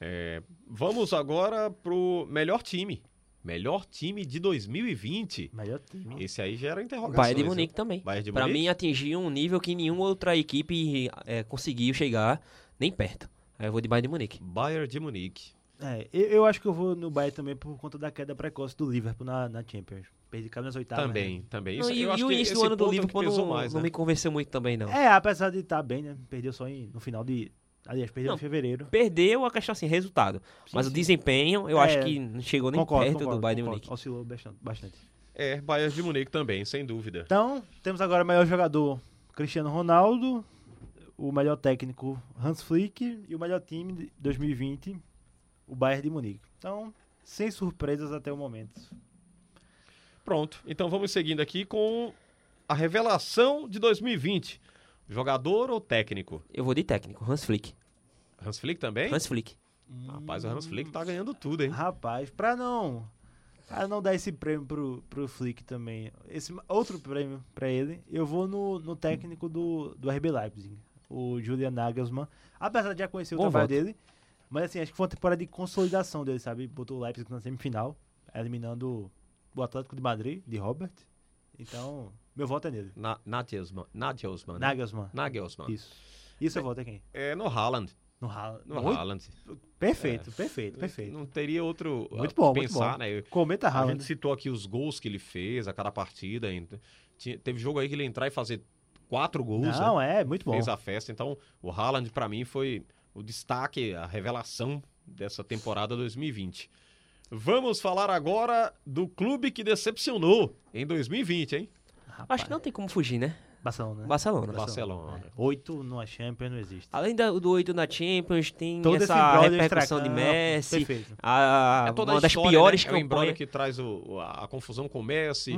É, vamos agora pro melhor time Melhor time de 2020. Melhor time. Esse aí já era interrogação. Bayern de Munique também. né? Bayern de Pra Munique? mim, atingiu um nível que nenhuma outra equipe eh, conseguiu chegar nem perto. Aí eu vou de Bayern de Munique. Bayern de Munique. É, eu, eu acho que eu vou no Bayern também por conta da queda precoce do Liverpool na, na Champions. Perdi cabo nas oitavas. né? também, também. Não, Isso, e eu acho e o que início esse do ano ponto do é o que Liverpool pesou não, mais, não né? me convenceu muito também, não. né? É, apesar de estar bem, né? Perdeu só em, no final de. Aliás, perdeu Não, em fevereiro. Perdeu a questão assim, resultado. Mas o desempenho, eu É, acho que não chegou nem Concordo, perto concordo, do Bayern de concordo. Munique. Oscilou bastan- bastante. É, Bayern de Munique também, sem dúvida. Então, temos agora o melhor jogador Cristiano Ronaldo, o melhor técnico Hans Flick e o melhor time de 2020, o Bayern de Munique. Então, sem surpresas até o momento. Pronto. Então vamos seguindo aqui com a revelação de 2020. Jogador ou técnico? Eu vou de técnico, Hans Flick. Hans Flick também? Hans Flick. Rapaz, o Hans Flick tá ganhando tudo, hein? Rapaz, pra não, pra não dar esse prêmio pro, pro Flick também, esse ma- outro prêmio pra ele, eu vou no, no técnico do, do RB Leipzig, o Julian Nagelsmann. Apesar de já conhecer o Bom trabalho voto. dele, mas assim, acho que foi uma temporada de consolidação dele, sabe? Botou o Leipzig na semifinal, eliminando o Atlético de Madrid, de Robert. Então, meu voto é nele. Na, Nagelsmann. Nagelsmann. né? Nagelsmann. Nagelsmann. Isso. Isso eu voto é quem? É no Haaland. No Haaland. No Muito- Haaland. Perfeito, perfeito, perfeito. Não teria outro a Muito bom, muito pensar, bom. né? Cometa A gente Haaland. citou aqui os gols que ele fez a cada partida. Ent- tinha- Teve jogo aí que ele entrar e fazer quatro gols, né? Não, é, muito bom. fez a festa. Então, o Haaland, pra mim, foi o destaque, a revelação dessa temporada 2020. Vamos falar agora do clube que decepcionou em 2020, hein? Acho que não tem como fugir, né? Barcelona, né? Barcelona. Barcelona. Oito no Champions não existe. Além da- do 8 na Champions, tem Todo esse essa embrólio repercussão de extracampo, Messi. perfeito. A, É toda a uma das história, piores né? É o Uhum. embrólio campanhas. que traz o- a, a confusão com o Messi,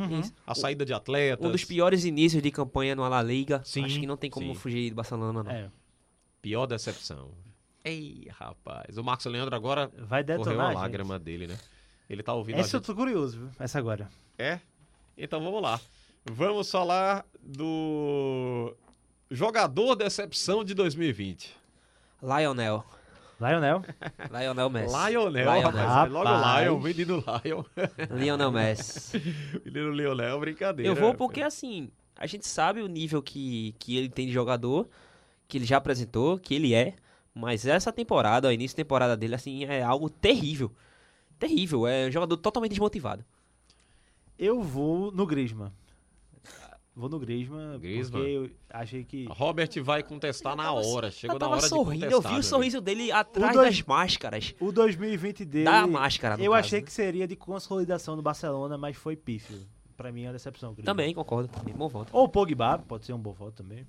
a saída de atletas. Um dos piores inícios de campanha no La Liga. Sim, Acho que não tem como sim. fugir do Barcelona, não. É, Pior decepção. Ei, rapaz. O Marcos Leandro agora vai correu detonar. a gente. lágrima dele, né? Ele tá ouvindo a Essa eu gente. tô curioso, viu? Essa agora. É? Então vamos lá. Vamos falar do jogador decepção de 2020. Lionel. Lionel. Lionel Messi. Lionel, Lionel, rapaz. Logo Rapaz. Lion, menino Lion. Lionel Messi. [laughs] menino Lionel, brincadeira. Eu vou porque, assim, a gente sabe o nível que, que ele tem de jogador, que ele já apresentou, que ele é. Mas essa temporada, o início de temporada dele, assim, é algo terrível. Terrível. É um jogador totalmente desmotivado. Eu vou no Grisma. Vou no Grisma, Griezmann. porque eu achei que. Ah. Robert vai contestar na hora. Chegou eu na tava hora sorrindo, de eu contestar. vi meu Uhum. o sorriso dele atrás dois- das máscaras. O 2020 dele. Da máscara, no Eu caso, achei né? que seria de consolidação do Barcelona, mas foi pífio. Pra mim é uma decepção. Griezmann. Também, concordo. Também, bom voto. Ou o Pogba, pode ser um bom voto também.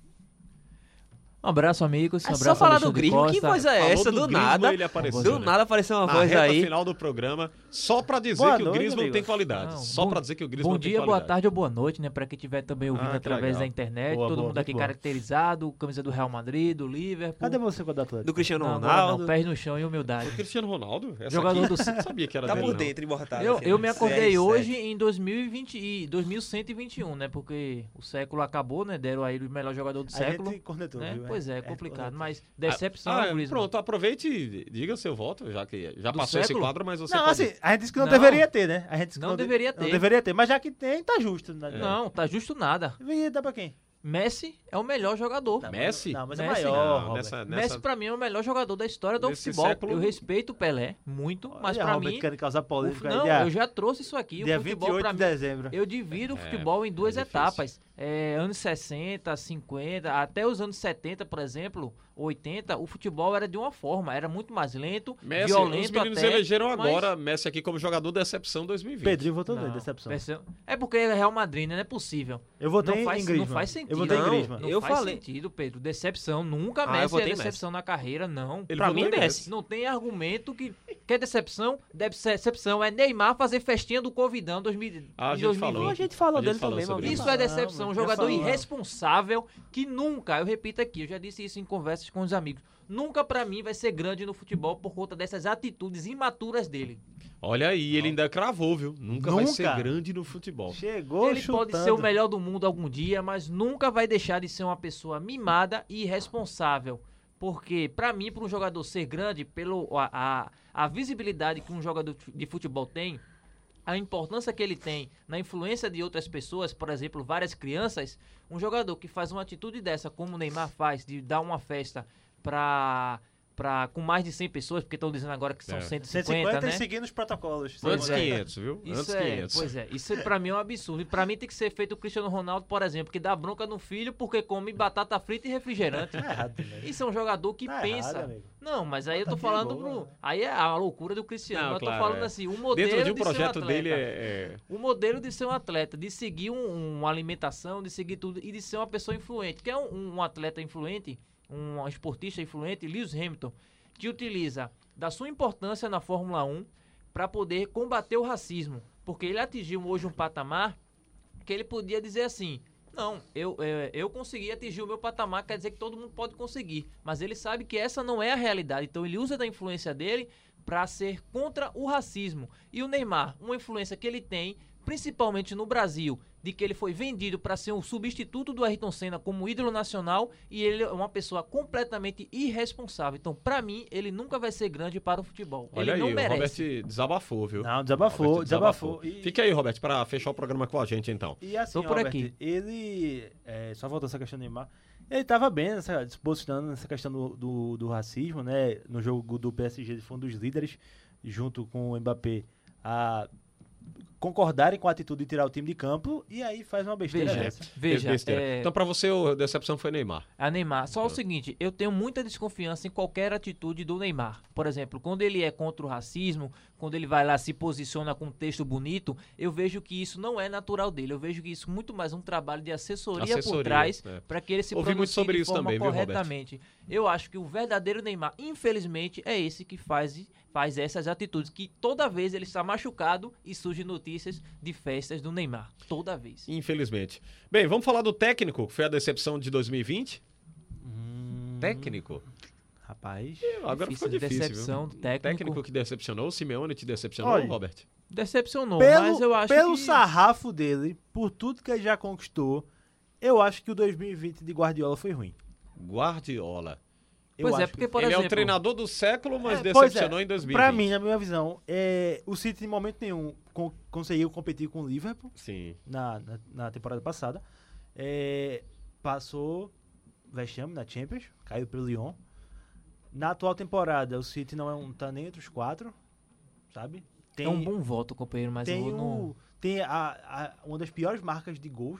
Um abraço, amigos. Um É abraço, só falar do Alexandre Grêmio, que Costa. coisa é Falou essa? do Do, Griezmann, nada. ele apareceu, do né? nada apareceu uma Na coisa reta aí. final do programa, só pra dizer Boa que o noite, Griezmann amigos. tem qualidade. Não, só bom- pra dizer que o Griezmann Bom tem dia, boa qualidade. tarde ou boa noite, né? Pra quem estiver também ouvindo Ah, que através legal. da internet. Boa, todo boa, mundo aqui muito boa. caracterizado, camisa do Real Madrid, do Liverpool. Cadê você com o do Atlético? Do Cristiano não, agora Ronaldo. não, pés no chão e humildade. O Cristiano Ronaldo? Essa [laughs] Jogador aqui, do Santos. sabia que era tá dele, por não. dentro, embortado. [laughs] Eu, assim, eu me né? acordei CR7. hoje em 2020 e 2121, né? Porque o século acabou, né? Deram aí o melhor jogador do A século. gente cornetou, né? viu? Pois é, complicado. Mas decepção Ah, é o Griezmann. pronto, aproveite e diga seu voto, já que já Do passou esse século? quadro, mas você Não, pode... assim, a gente disse que não, Não. deveria ter, né? A gente disse que Não de- deveria Não ter. deveria ter, mas já que tem, tá justo. É. Né? Não, tá justo nada. Vem dar pra quem? Messi é o melhor jogador. Messi? Não, mas Messi é Não, maior. Robert. nessa, Messi Tá. nessa... pra mim é o melhor jogador da história do Nesse futebol. século- Eu respeito o Pelé muito, mas Olha, pra Robert mim querendo causar o polêmica fu- aí, não, dia, eu já trouxe isso aqui, dia o futebol 28 pra de mim. dezembro. Eu divido o É, futebol em duas é difícil. etapas. É, anos 60, 50, até os anos 70, por exemplo, 80, o futebol era de uma forma, era muito mais lento, Messi, os violento meninos até. elegeram mas- agora Messi aqui como jogador decepção 2020. Pedrinho votou Não, nele, decepção. percebe- É porque é Real Madrid, né? Não é possível. Eu votei não faz, em Griezmann. Não faz sentido. Eu votei em Não, Griezmann. Não Eu faz falei. sentido, Pedro. Decepção. Nunca Ah, eu Messi é votei em decepção na carreira, não. Ele Pra votou mim, em Messi. Não tem argumento que. Que é decepção? Deve ser decepção. É Neymar fazer festinha do Convidão 2000, Ah, a em gente falou. 2020. A gente falou A gente dele falou também, sobre mano. Isso Não, é decepção. Um mas já jogador falou. irresponsável que nunca, eu repito aqui, eu já disse isso em conversas com os amigos, nunca pra mim vai ser grande no futebol por conta dessas atitudes imaturas dele. Olha aí, ele ainda cravou, viu? Nunca, vai Nunca. ser grande no futebol. Chegou Ele chutando. pode ser o melhor do mundo algum dia, mas nunca vai deixar de ser uma pessoa mimada e irresponsável. Porque, pra mim, para um jogador ser grande, pelo a, a, a visibilidade que um jogador de futebol tem, a importância que ele tem na influência de outras pessoas, por exemplo, várias crianças, um jogador que faz uma atitude dessa, como o Neymar faz, de dar uma festa pra, pra, com mais de 100 pessoas, porque estão dizendo agora que são É. 150, 150 né? e seguindo os protocolos. Pois Antes é. 500, viu? Antes Isso é, 500. pois é, isso pra mim é um absurdo. E pra mim tem que ser feito o Cristiano Ronaldo, por exemplo, que dá bronca no filho porque come batata frita [laughs] e refrigerante. Tá errado também. Isso é um jogador que Tá pensa. errado, amigo. não, mas aí eu tô Tá de falando boa, pro. né? Aí é a loucura do Cristiano. Não, mas eu claro, tô falando é. assim, o modelo Dentro de um ser projeto atleta. dele é, é- O modelo de ser um atleta, de seguir um- uma alimentação, de seguir tudo e de ser uma pessoa influente. Que é um, um atleta influente, um esportista influente, Lewis Hamilton, que utiliza da sua importância na Fórmula 1 para poder combater o racismo. Porque ele atingiu hoje um patamar que ele podia dizer assim: não, eu, é, eu consegui atingir o meu patamar, quer dizer que todo mundo pode conseguir. Mas ele sabe que essa não é a realidade, então ele usa da influência dele para ser contra o racismo. E o Neymar, uma influência que ele tem, principalmente no Brasil, de que ele foi vendido para ser um substituto do Ayrton Senna como ídolo nacional e ele é uma pessoa completamente irresponsável. Então, para mim, ele nunca vai ser grande para o futebol. Olha ele aí, não o merece. Robert desabafou, viu? Não, desabafou, Robert desabafou. E- Fica aí, Robert, pra fechar o programa com a gente, então. E assim, Tô por Albert, aqui. ele. é, só voltando essa questão do Neymar. Ele tava bem nessa, se posicionando nessa questão do, do, do racismo, né? No jogo do PSG, ele foi um dos líderes, junto com o Mbappé, a concordarem com a atitude de tirar o time de campo. E aí faz uma besteira Veja, dessa. veja, Besteira. é, Então, pra você, a decepção foi Neymar. A Neymar. Só o seguinte, eu tenho muita desconfiança em qualquer atitude do Neymar. Por exemplo, quando ele é contra o racismo, quando ele vai lá se posiciona com um texto bonito, eu vejo que isso não é natural dele. Eu vejo que isso é muito mais um trabalho de assessoria, Assessoria, por trás é. para que ele se Ouvi muito pronuncie sobre de isso forma também, viu, Roberto? corretamente. eu acho que o verdadeiro Neymar, infelizmente, é esse que faz faz essas atitudes que toda vez ele está machucado e surgem notícias de festas do Neymar, toda vez. Infelizmente. Bem, vamos falar do técnico, que foi a decepção de 2020? Técnico? Rapaz. Agora Hum, Difícil, ficou difícil, decepção viu? do técnico. que decepcionou, o Simeone te decepcionou, Olha, Robert? Decepcionou, mas eu Pelo, acho pelo que sarrafo dele, por tudo que ele já conquistou, eu acho que o 2020 de Guardiola foi ruim. Guardiola. Eu pois é, acho que porque, por Ele exemplo, é o treinador do século, mas É, pois decepcionou é. em 2020. Pra mim, na minha visão, é, o City em momento nenhum con- conseguiu competir com o Liverpool Sim. na, na, na temporada passada. É, passou vexame na Champions, caiu pro Lyon. Na atual temporada, o City não é um, tá nem entre os quatro, sabe? Tem, é um bom voto, companheiro, mas tem, eu não... o- tem a, a- uma das piores marcas de gols,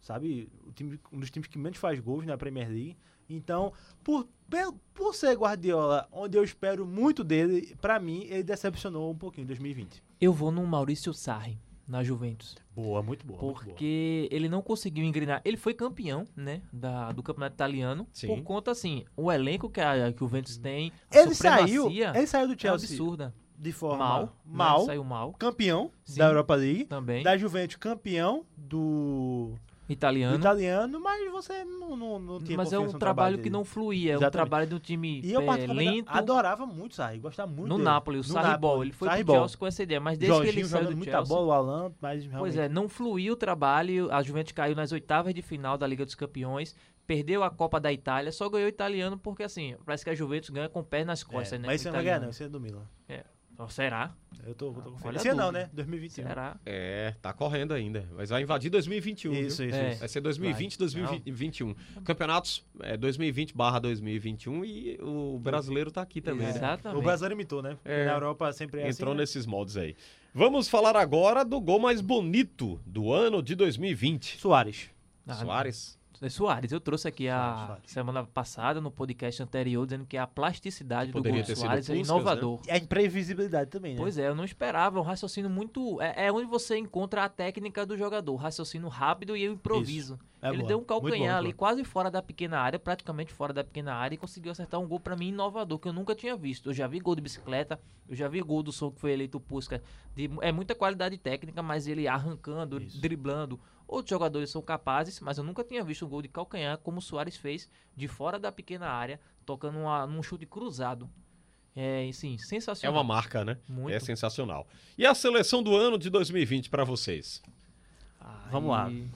sabe? O time, um dos times que menos faz gols na Premier League. Então, por, pel- por ser Guardiola, onde eu espero muito dele, pra mim, ele decepcionou um pouquinho em 2020. Eu vou no Maurício Sarri, na Juventus. Boa, Tá muito boa. Porque ele não conseguiu engrenar. Ele foi campeão, né? Da, do campeonato italiano. Sim. Por conta, assim, o elenco que, a, que o Juventus Hum. tem. A Ele supremacia saiu, ele saiu do é Chelsea absurda. de forma Mal. né, mal Saiu mal campeão Sim. da Europa League, também. da Juventus campeão do, do Italiano. italiano, mas você não, não, não tinha mas é confiança um no trabalho dele. que não fluía. É um Exatamente. trabalho de um time E eu eh, particularmente lento. adorava muito o Sarri, gostava muito No dele. Napoli, o Sarri Napoli. Ball. Ele foi Sarri pro Ball. Chelsea com essa ideia. Mas desde que ele Jorginho saiu jogando do muita Chelsea... bola, o Alan, mas realmente... Pois é, não fluiu o trabalho, a Juventus caiu nas oitavas de final da Liga dos Campeões, perdeu a Copa da Itália, só ganhou o italiano porque, assim, parece que a Juventus ganha com o pé nas costas, né? Mas com você o não vai ganhar, não. italiano. Você é do Milan. Ó, Será? Eu tô, eu tô olha confiando. a Você não, dúvida. né? 2021. Será? É, tá correndo ainda. Mas vai invadir 2021. viu? Isso, isso, É. isso. Vai ser 2020 2021. Campeonatos é, 2020 barra 2021 e o brasileiro tá aqui também, né? O Exatamente. brasileiro imitou, né? É. Na Europa sempre é Entrou assim, né? nesses moldes aí. Vamos falar agora do gol mais bonito do ano de 2020. Soares. Ah, Soares. É Soares, eu trouxe aqui a Suárez, Suárez. semana passada no podcast anterior dizendo que a plasticidade do Poderia gol do ter sido Soares é Puskas, inovador. E a imprevisibilidade também, né? Pois é, eu não esperava, é um raciocínio muito. É, é onde você encontra a técnica do jogador, o raciocínio rápido e o improviso. É Ele boa. deu um Muito bom, calcanhar muito ali, bom. quase fora da pequena área, praticamente fora da pequena área, e conseguiu acertar um gol pra mim inovador, que eu nunca tinha visto. Eu já vi gol de bicicleta, eu já vi gol do som que foi eleito o Puskas. de- É muita qualidade técnica, mas ele arrancando, driblando. Outros jogadores são capazes, mas eu nunca tinha visto um gol de calcanhar como o Soares fez, de fora da pequena área, tocando uma- num chute cruzado. É, e, sim, É sensacional. uma marca, né? Muito. É sensacional. E a seleção do ano de 2020 pra vocês? Vamos lá. Aí-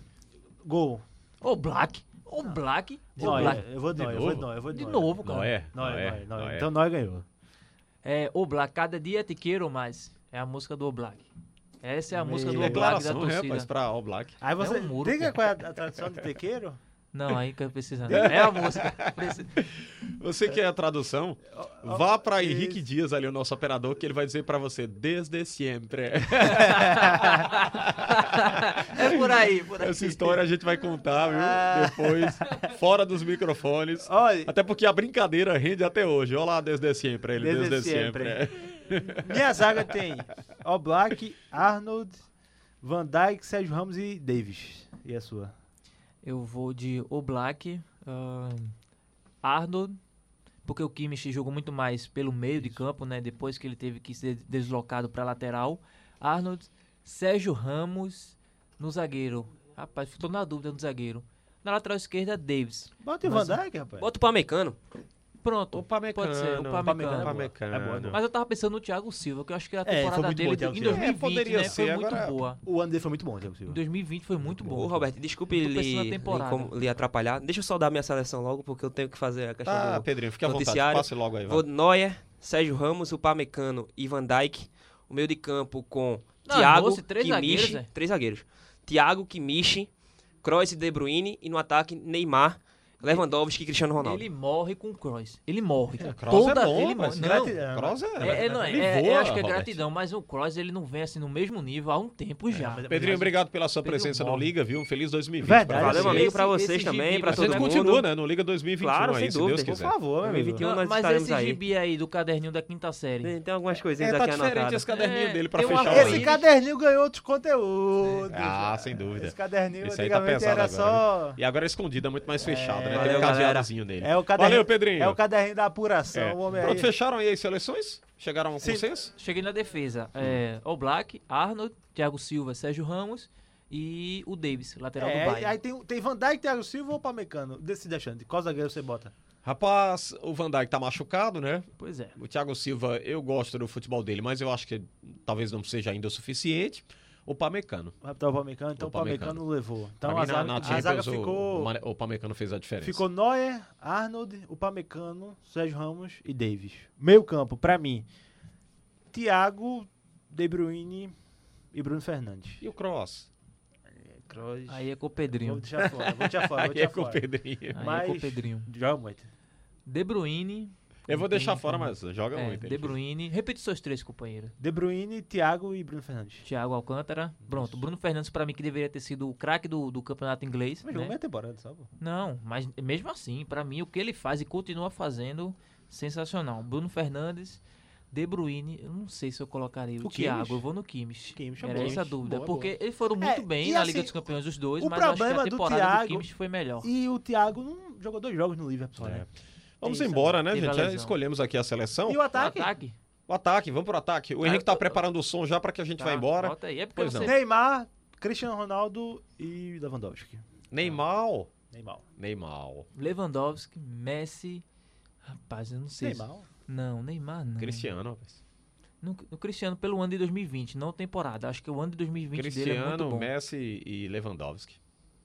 Gol. Ô, Black. Ô, Black. Ô, Noé. Black. Eu vou de Noé, eu vou de novo? Ah, é? Noé, eu vou De Noé. novo, cara. Noé. Noé, Noé, Noé, Noé. Noé. Então Noé então ganhou. É, o Black, cada dia te quero mais. É a música é do Black. Essa é a música do Meio. Black da Declaração, né, torcida. rapaz, pra All Black. Aí você. É um muro, diga qual é a a tradição de tequeiro? Não, aí [laughs] que precisa. não. É a música. Precisa- Você que é a tradução, vá pra isso. Henrique Dias ali, o nosso operador, que ele vai dizer pra você, desde sempre. é por aí, por aí. Essa história a gente vai contar, viu? Depois, fora dos microfones. Olha, Até porque a brincadeira rende até hoje. Olha lá, desde sempre, ele, desde, Desde sempre. é. [laughs] minha zaga tem All Black, Arnold, Van Dyke, Sérgio Ramos e Davis. E a sua? Eu vou de O Black, ahn, Arnold, porque o Kimmich jogou muito mais pelo meio de campo, né? Depois que ele teve que ser deslocado para lateral. Arnold, Sérgio Ramos no zagueiro. Rapaz, estou na dúvida no zagueiro. Na lateral esquerda, Davis. Bota o Van Mas- Dyke, rapaz. Bota o Pamecano. Pronto. O Pamecano. Pode ser, o Pamecano. Pamecano. Pamecano. É boa, é boa. Mas eu tava pensando no Thiago Silva, que eu acho que a foi temporada muito dele boa, Thiago em Silva. É, 2020 poderia né, foi ser, muito agora- boa. O ano dele foi muito bom, Thiago Em Silva. 2020 foi muito boa. Ô, Roberto, desculpe Eu tô pensando lhe, na lhe temporada. como- lhe atrapalhar. Deixa eu saudar minha seleção logo, porque eu tenho que fazer a questão Tá, do Pedrinho, fica à vontade. noticiário. Passe logo aí. vai. Vou Neuer, Sérgio Ramos, o Pamecano e Van Dijk. O meio de campo com Não, Thiago, moço, três Kimmich, zagueiros, é. três zagueiros. Thiago, Kimmich, Kroos e De Bruyne e no ataque Neymar, Lewandowski e Cristiano Ronaldo. Ele morre com o Kroos. Ele morre. Kroos Toda é bom, ele morre. mas Não, Gratidão. Kroos é, É, é, não, é, ele é- voa, eu acho que é Roberto. gratidão, mas o Cross ele não vem assim no mesmo nível há um tempo já. Pedrinho, obrigado pela sua Pedrinho presença no morre. Liga, viu? Um feliz 2020 pra Verdade. você. Valeu, meu amigo, pra Esse- vocês esse também, gibi pra A todo gente mundo. continua, né? No Liga 2021 Claro, aí, sem se dúvida. Deus Por quiser. favor, meu amigo. 2021 nós né, Então, mas estaremos esse aí. gibi aí do caderninho da quinta série. Tem, tem algumas É, coisinhas tá aqui diferente esse anotadas. caderninho É, dele pra tem uma fechar o coisa- ano. Esse caderninho ganhou outros conteúdos. Ah, sem dúvida. É, Esse caderninho Esse aí tá antigamente pesado era agora. só. E agora escondido é muito mais fechado, né? Tem valeu, um galera. cadeadozinho nele. É o caderninho, Valeu, Pedrinho. É o caderninho da apuração. É. O homem aí. Pronto, fecharam aí as seleções? Chegaram a um Sim. consenso? Cheguei na defesa. É, o Black, Arnold, Thiago Silva, Sérgio Ramos e o Davis, lateral É, do aí- Bayern. aí tem, tem Van Dijk, Thiago Silva ou Pamecano? Decide achando. Qual zagueiro você bota? Rapaz, o Van Dijk tá machucado, né? Pois é. O Thiago Silva, eu gosto do futebol dele, mas eu acho que talvez não seja ainda o suficiente. O Pamecano. Vai botar o Pamecano, então O o Pamecano. Pamecano levou. Pra Então mim, a na- zaga, na a Champions, zaga o- ficou. O, Mane- o Pamecano fez a diferença. Ficou Neuer, Arnold, o Pamecano, Sérgio Ramos e Davis. Meio campo, pra mim. Thiago, De Bruyne e Bruno Fernandes. E o Cross? Kroos. Aí é com o Vou Pedrinho. deixar fora, vou deixar fora, [laughs] Aí vou é deixar com o fora. Pedrinho. Aí é Mas- com o Pedrinho. Joga muito. De Bruyne. Eu vou deixar Tem- fora, mas joga um, É, muito. de Bruyne. Repite seus três, companheiro. De Bruyne, Thiago e Bruno Fernandes. Thiago Alcântara. Pronto. Bruno Fernandes, pra mim, que deveria ter sido o craque do, do campeonato inglês. Mas é. né? jogou meia temporada, só. pô. Não, mas mesmo assim, pra mim, o que ele faz e continua fazendo, sensacional. Bruno Fernandes, De Bruyne, eu não sei se eu colocaria o, O Thiago, Kimmich? eu vou no Kimmich. Kimmich é Era bom. essa a dúvida, Boa, porque eles foram muito É, bem e na assim, Liga dos Campeões os dois, o mas eu acho que problema a do temporada do, Thiago- tá Kimmich foi melhor. E o Thiago não jogou dois jogos no Liverpool, É. né? Vamos Tem isso embora, né, Teve gente? a Já lesão. escolhemos aqui a seleção. E o O ataque? ataque? O ataque, vamos pro ataque. O Henrique eu tá tô- preparando o som já pra que a gente Tá, vá embora. Bota aí. É porque Pois você... não. Neymar, Cristiano Ronaldo e Lewandowski. Neymar. Neymar. Neymar. Lewandowski, Messi... Rapaz, eu não sei. se- Neymar. Não, Neymar não. Cristiano, rapaz. No, no Cristiano pelo ano de 2020, não temporada. Acho que o ano de 2020 dele é muito Cristiano, bom. Messi e Lewandowski.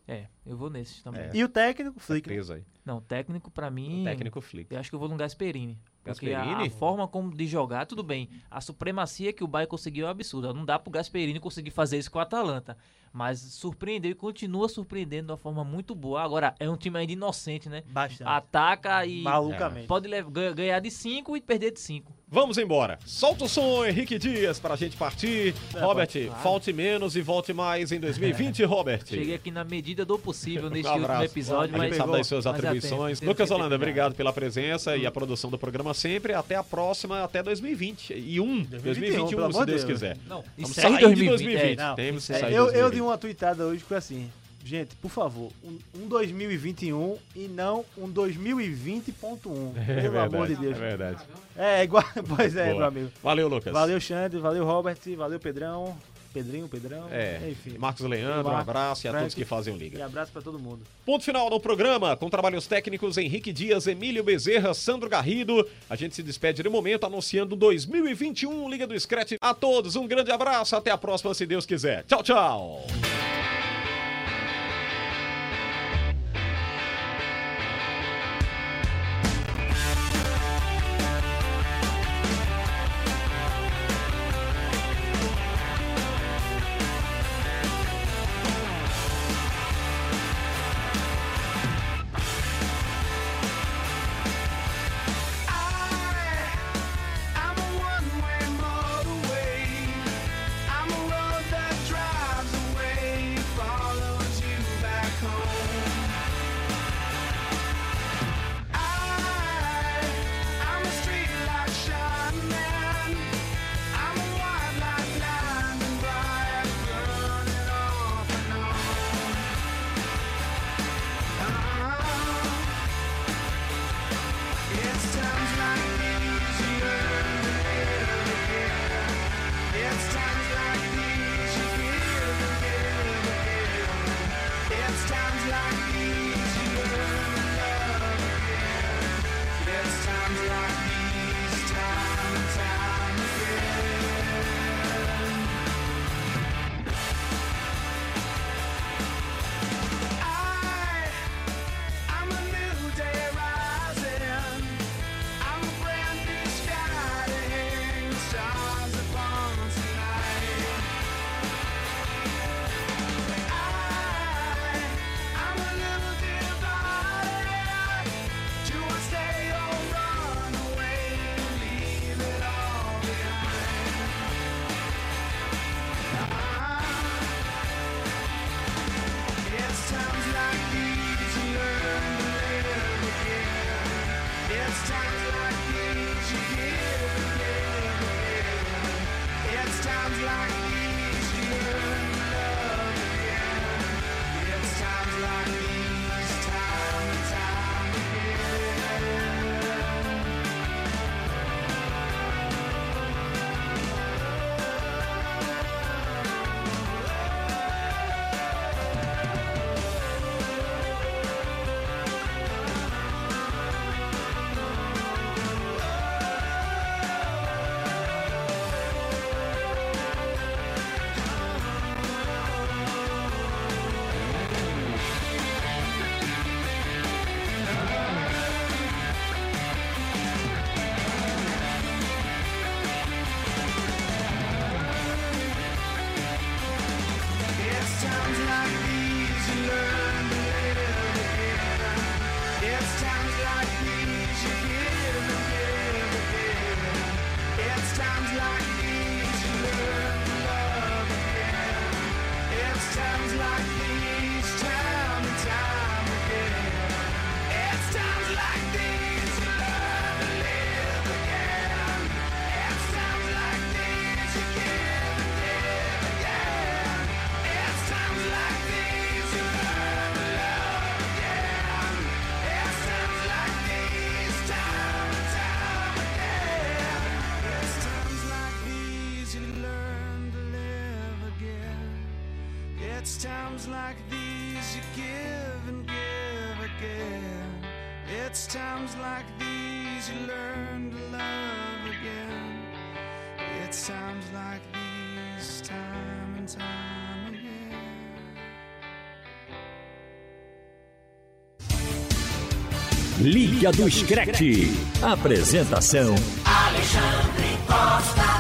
É, eu vou nesses também. É. E o técnico, Flick. né? Peso aí. Não, técnico pra mim. Técnico Flick. Eu acho que eu vou no Gasperini. Porque a- Gasperini? a forma como de jogar, tudo bem. A supremacia que o Bayern conseguiu é absurda. Não dá pro Gasperini conseguir fazer isso com o Atalanta. Mas surpreendeu e continua surpreendendo de uma forma muito boa. Agora, é um time ainda inocente, né? Bastante. Ah, Ataca e Malucamente. É. pode lev- ganha- ganhar de 5 e perder de 5. Vamos embora. Solta o som, Henrique Dias, pra gente partir. É, Robert, claro. falte menos e volte mais em 2020, Robert. Cheguei aqui na medida do possível [laughs] neste Um último abraço. episódio. a mas gente sabe das suas mas já tem- atribuições. tem- Lucas tem- Holanda, tem- obrigado pela presença Uhum. e a produção do programa sempre. Até a próxima, até 2020. E um, 2021, pelo amor se de Deus Deus. quiser. Não, Vamos encerra sair em de 2020. 2020. é, não. Temos que É, sair de eu, eu 2020. dei uma tweetada hoje que foi assim. Gente, por favor, um, um 2021 e não um 2020.1. [laughs] É pelo verdade, amor de Deus. É verdade. É, igual. [laughs] Pois é, Boa. meu amigo. Valeu, Lucas. Valeu, Xande. Valeu, Robert. Valeu, Pedrão. Pedrinho, Pedrão. É, Enfim. Marcos Leandro, um Marcos, abraço e a Frank. todos que fazem o E Liga. abraço pra todo mundo. Ponto final no programa, com trabalhos técnicos Henrique Dias, Emílio Bezerra, Sandro Garrido. A gente se despede no momento anunciando 2021 Liga do Scratch. A todos, um grande abraço, até a próxima, se Deus quiser. Tchau, tchau. Uh-huh. It's times like these you give and give again. It's times like these you learn to love again. It's times like these, time and time again. Liga do Screte. Apresentação Alexandre Costa.